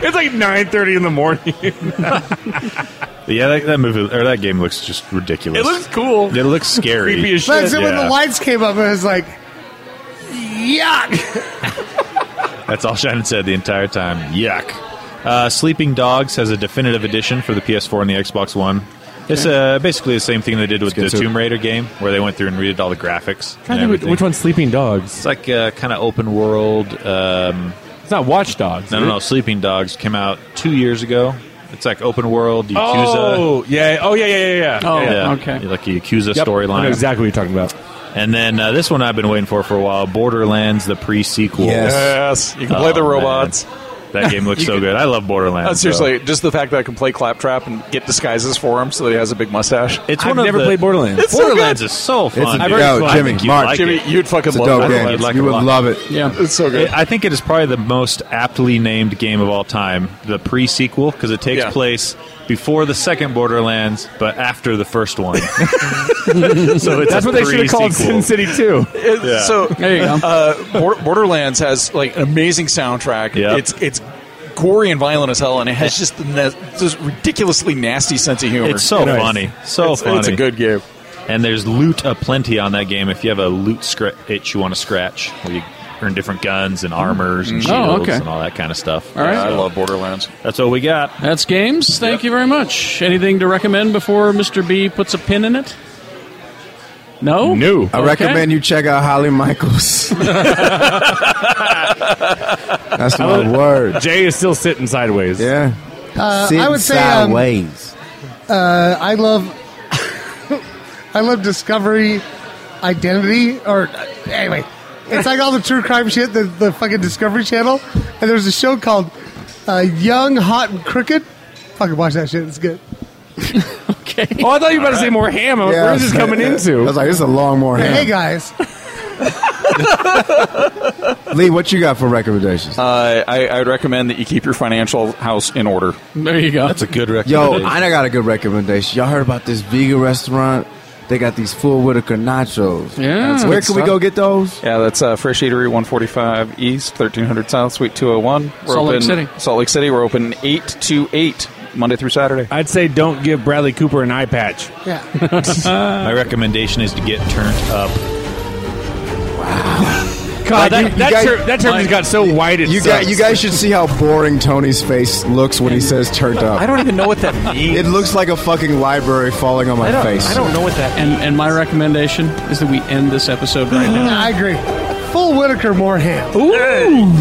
it's like nine thirty in the morning. Yeah, that, that movie or that game looks just ridiculous.
It looks
cool. It looks scary.
Like, so when
Yeah.
the lights came up, I was like, yuck.
That's all Shannon said the entire time. Yuck. Uh, Sleeping Dogs has a definitive edition for the PS4 and the Xbox One. It's uh, basically the same thing they did with
Let's get
the
to it.
Tomb Raider game, where they went through and redid all the graphics.
Trying to think
and everything.
which one's Sleeping Dogs.
It's like uh, kind of open world. Um,
it's not Watch Dogs.
No,
is
Hmm?
no,
it?
no. Sleeping Dogs came out two years ago. It's like open world Yakuza.
Oh, yeah. Oh, yeah, yeah, yeah, yeah. yeah. yeah.
Like a Yakuza
Yep, I
storyline.
know exactly what you're talking about.
And then uh, this one I've been waiting for for a while Borderlands, the pre sequel.
Yes. Yes, you can play the robots.
That game looks
You
so
can-
good. I love Borderlands.
Uh,
so-
seriously, just the fact that I can play Claptrap and get disguises for him so that he has a big mustache.
It's one of the-
It's so
Borderlands
good.
is so fun.
I've
dude. I
heard it's fun.
think you'd like
Jimmy,
it.
you'd fucking love it.
I think you'd like it a lot.
Yeah,
it's so good.
It- I think it is probably the most aptly named game of all time, the pre sequel, because it takes
Yeah.
place before the second Borderlands, but after the first one. so it's
That's
a
what they should've called
pre-sequel.
Sin City 2. It-
Yeah.
So
There you go.
Uh, Bor- Borderlands has like an amazing soundtrack. It's it's gory and violent as hell, and it has just the na- just ridiculously nasty sense of humor.
It's so
Nice.
funny. So
It's-
funny.
It's a good game.
And there's loot aplenty on that game if you have a loot scr- itch you want to scratch, where you earn different guns and armors and
Mhm.
shields
Oh, okay.
and all that kind of stuff.
All right. Yeah, I love
Borderlands.
That's all we got.
That's games. Thank you very much. Anything to recommend before Mr. B puts a pin in it? No?
No.
I recommend you check out Holly Michaels. That's
I
my
love-
word.
Jay is still sitting sideways.
Yeah.
Uh,
Sitting
I would say, um,
sideways.
Uh, I love, I love Discovery Identity, or anyway, it's like all the true crime shit, the, the fucking Discovery Channel. And there's a show called uh, Young, Hot, and Crooked. Fucking watch that shit, it's good.
Oh, I thought you were about to say more ham. I'm like,
Yeah,
where is this
I was
coming
like-
into?
I was like, this is a long more
um, Hey
hand.
guys,
Lee, what you got for recommendations?
Uh, I, I would recommend that you keep your financial house in order.
There you go.
That's a good
Yo, I done got a good recommendation. Y'all heard about this vegan restaurant? They got these full Whitaker nachos.
That's
Where
good
can we
stuff.
go get those?
Yeah, that's uh, Fresh Eatery, 145 East, 1300 South, Suite 201.
Salt Lake
open,
City.
Salt Lake City. We're open 8 to 8, Monday through Saturday.
I'd say don't give Bradley Cooper an eye patch.
Yeah.
My recommendation is to get turned up.
God, that,
you-
that,
you guys-
term, that term just got so wide it
You
sucks.
guys, you guys should see how boring Tony's face looks when he says turned up.
I don't even know what that means.
It looks like a fucking library falling on my face.
know what that and, and my recommendation is that we end this episode right now.
I agree. Full Whitaker, more ham.
Ooh.